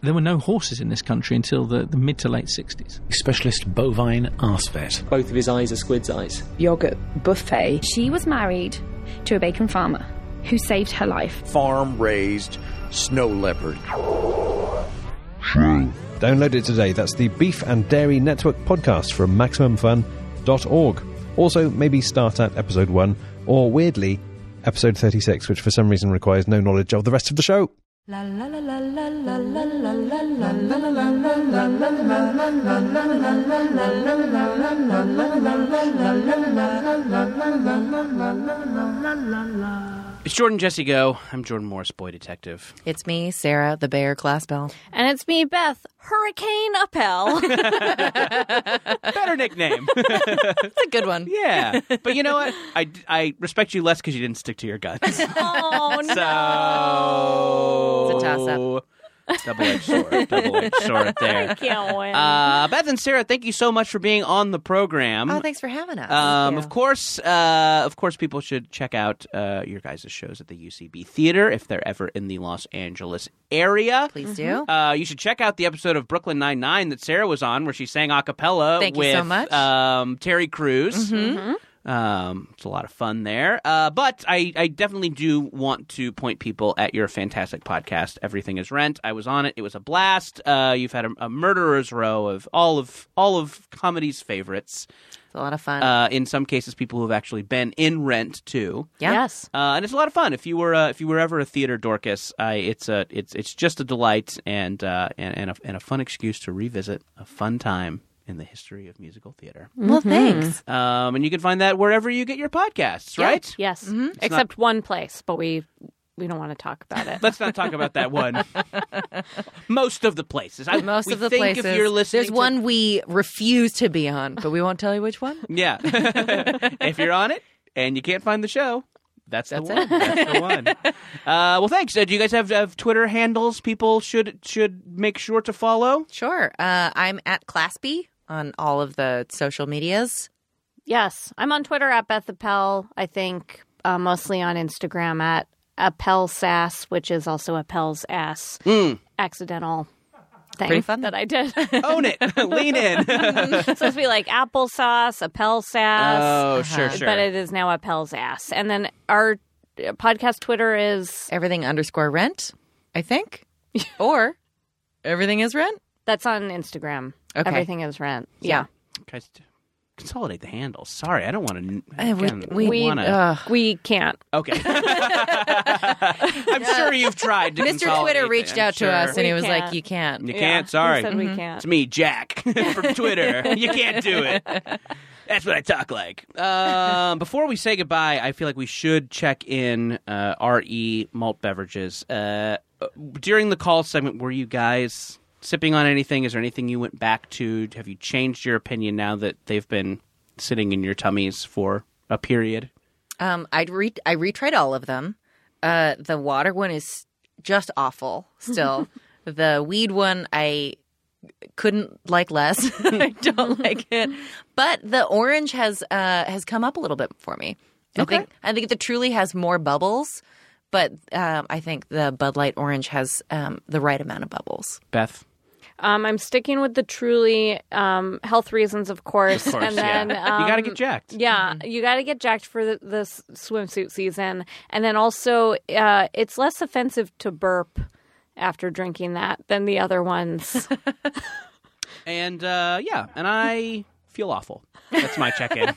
L: There were no horses in this country until the, the mid to late 60s. Specialist bovine arse vet.
K: Both of his eyes are squid's eyes.
E: Yogurt buffet. She was married to a bacon farmer who saved her life.
I: Farm raised snow leopard.
M: Download it today. That's the Beef and Dairy Network podcast from MaximumFun.org. Also, maybe start at episode 1 or, weirdly, episode 36, which for some reason requires no knowledge of the rest of the show.
B: It's Jordan Jesse Go. I'm Jordan Morris, boy detective.
C: It's me, Sarah, the Bear Glassbell.
D: And it's me, Beth, Hurricane Appel.
B: (laughs) Better nickname.
C: That's a good one.
B: (laughs)
C: (laughs)
B: yeah. But you know what? I, I respect you less because you didn't stick to your guns.
D: oh, no.
B: So
C: It's a toss-up.
B: Double edged sword. Double edged
C: (laughs)
B: sword there.
E: I can't win.
B: Uh, Beth and Sarah, thank you so much for being on the program.
C: Oh, thanks for having us.
B: Um, of course, uh, of course, people should check out uh, your guys' shows at the UCB Theater if they're ever in the Los Angeles area.
C: Please do.
B: Uh, you should check out the episode of Brooklyn Nine Nine that Sarah was on, where she sang a cappella
C: Thank you
B: with
C: so much.
B: Um, Terry Crews.
C: Mhm.
B: Um, it's a lot of fun there. Uh, but I, I definitely do want to point people at your fantastic podcast, Everything Is Rent. I was on it; it was a blast. Uh, you've had a, a murderer's row of all of all of comedy's favorites.
C: It's a lot of fun.
B: Uh, in some cases, people who have actually been in Rent too.
C: yeah.
E: Yes.
B: Uh, and it's a lot of fun. If you were uh, if you were ever a theater Dorcas, I, it's a it's it's just a delight and uh, and and a, and a fun excuse to revisit a fun time in the history of musical theater.
C: Well, thanks.
B: Um, and you can find that wherever you get your podcasts,
E: Yeah.
B: right?
E: Yes. Except one place, but we we don't want to talk about it.
B: Let's not talk about that
C: (laughs)
B: one. Most of the places. I,
C: Most
B: we
C: of the
B: think
C: places.
B: If you're listening,
C: there's
B: to-
C: one we refuse to be on, but we won't tell you which one.
B: Yeah. (laughs) if you're on it and you can't find the show, that's,
C: That's
B: the
C: it.
B: one. That's the
C: (laughs)
B: one. Uh, well, thanks. Uh, do you guys have, have Twitter handles people should should make sure to follow?
C: (laughs) Sure. Uh, I'm at Claspy on all of the social medias.
E: Yes, I'm on Twitter at Beth Appel. I think uh, mostly on Instagram at Appel Sass, which is also Appel's ass
B: Hmm.
E: accidental thing
C: Pretty fun. Oh,
E: that I did.
C: (laughs)
E: (laughs)
B: Own it. (laughs) Lean in.
E: it's supposed to be like applesauce, Appel Sass,
C: Uh-huh.
B: oh, sure, sure.
E: but it is now Appel's ass. And then our uh, podcast Twitter is
C: Everything underscore rent, I think. (laughs) or everything is rent.
E: that's on Instagram.
C: Okay.
E: Everything is rent.
C: Yeah.
B: Guys, consolidate the handles. Sorry, I don't want to.
C: Uh, we- we-
E: We
B: want to.
C: Ugh.
E: we can't.
C: (laughs)
B: Okay. I'm sure you've tried to.
C: Mr.
B: consolidate
C: Twitter
B: it,
C: reached
B: I'm
C: out to
B: sure.
C: us and
E: We
C: he was like,
E: can't.
C: You can't.
B: You
E: Yeah,
B: can't.
E: he
B: Sorry,
E: said
C: Mm-hmm.
B: (laughs)
E: we can't.
B: It's me, Jack, from Twitter. you can't do it. That's what I talk like. Um, before we say goodbye, I feel like we should check in uh, RE malt beverages. Uh, during the call segment, were you guys sipping on anything? Is there anything you went back to? Have you changed your opinion now that they've been sitting in your tummies for a period?
C: Um, I re- I retried all of them. Uh, the water one is just awful. Still, the weed one I couldn't like less. (laughs) I don't like it. But the orange has uh, has come up a little bit for me. I think I think the Truly has more bubbles, but um, I think the Bud Light orange has um, the right amount of bubbles.
B: Beth,
E: Um, I'm sticking with the truly um, health reasons, of course.
B: of course,
E: and then
B: yeah. you got to
E: um,
B: get jacked.
E: Yeah, you got to get jacked for the, this swimsuit season, and then also uh, it's less offensive to burp after drinking that than the other ones.
B: And uh, yeah, and I feel awful. That's my check in.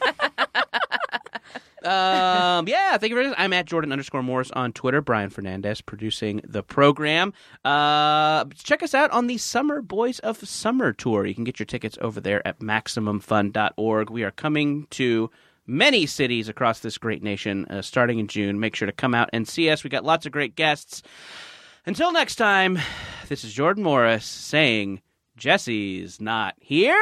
B: um, (laughs) yeah, thank you very much. I'm at Jordan underscore Morris on Twitter. Brian Fernandez producing the program. Uh, check us out on the Summer Boys of Summer tour. You can get your tickets over there at MaximumFun.org. We are coming to many cities across this great nation uh, starting in June. Make sure to come out and see us. We got lots of great guests. Until next time, this is Jordan Morris saying, Jesse's not here?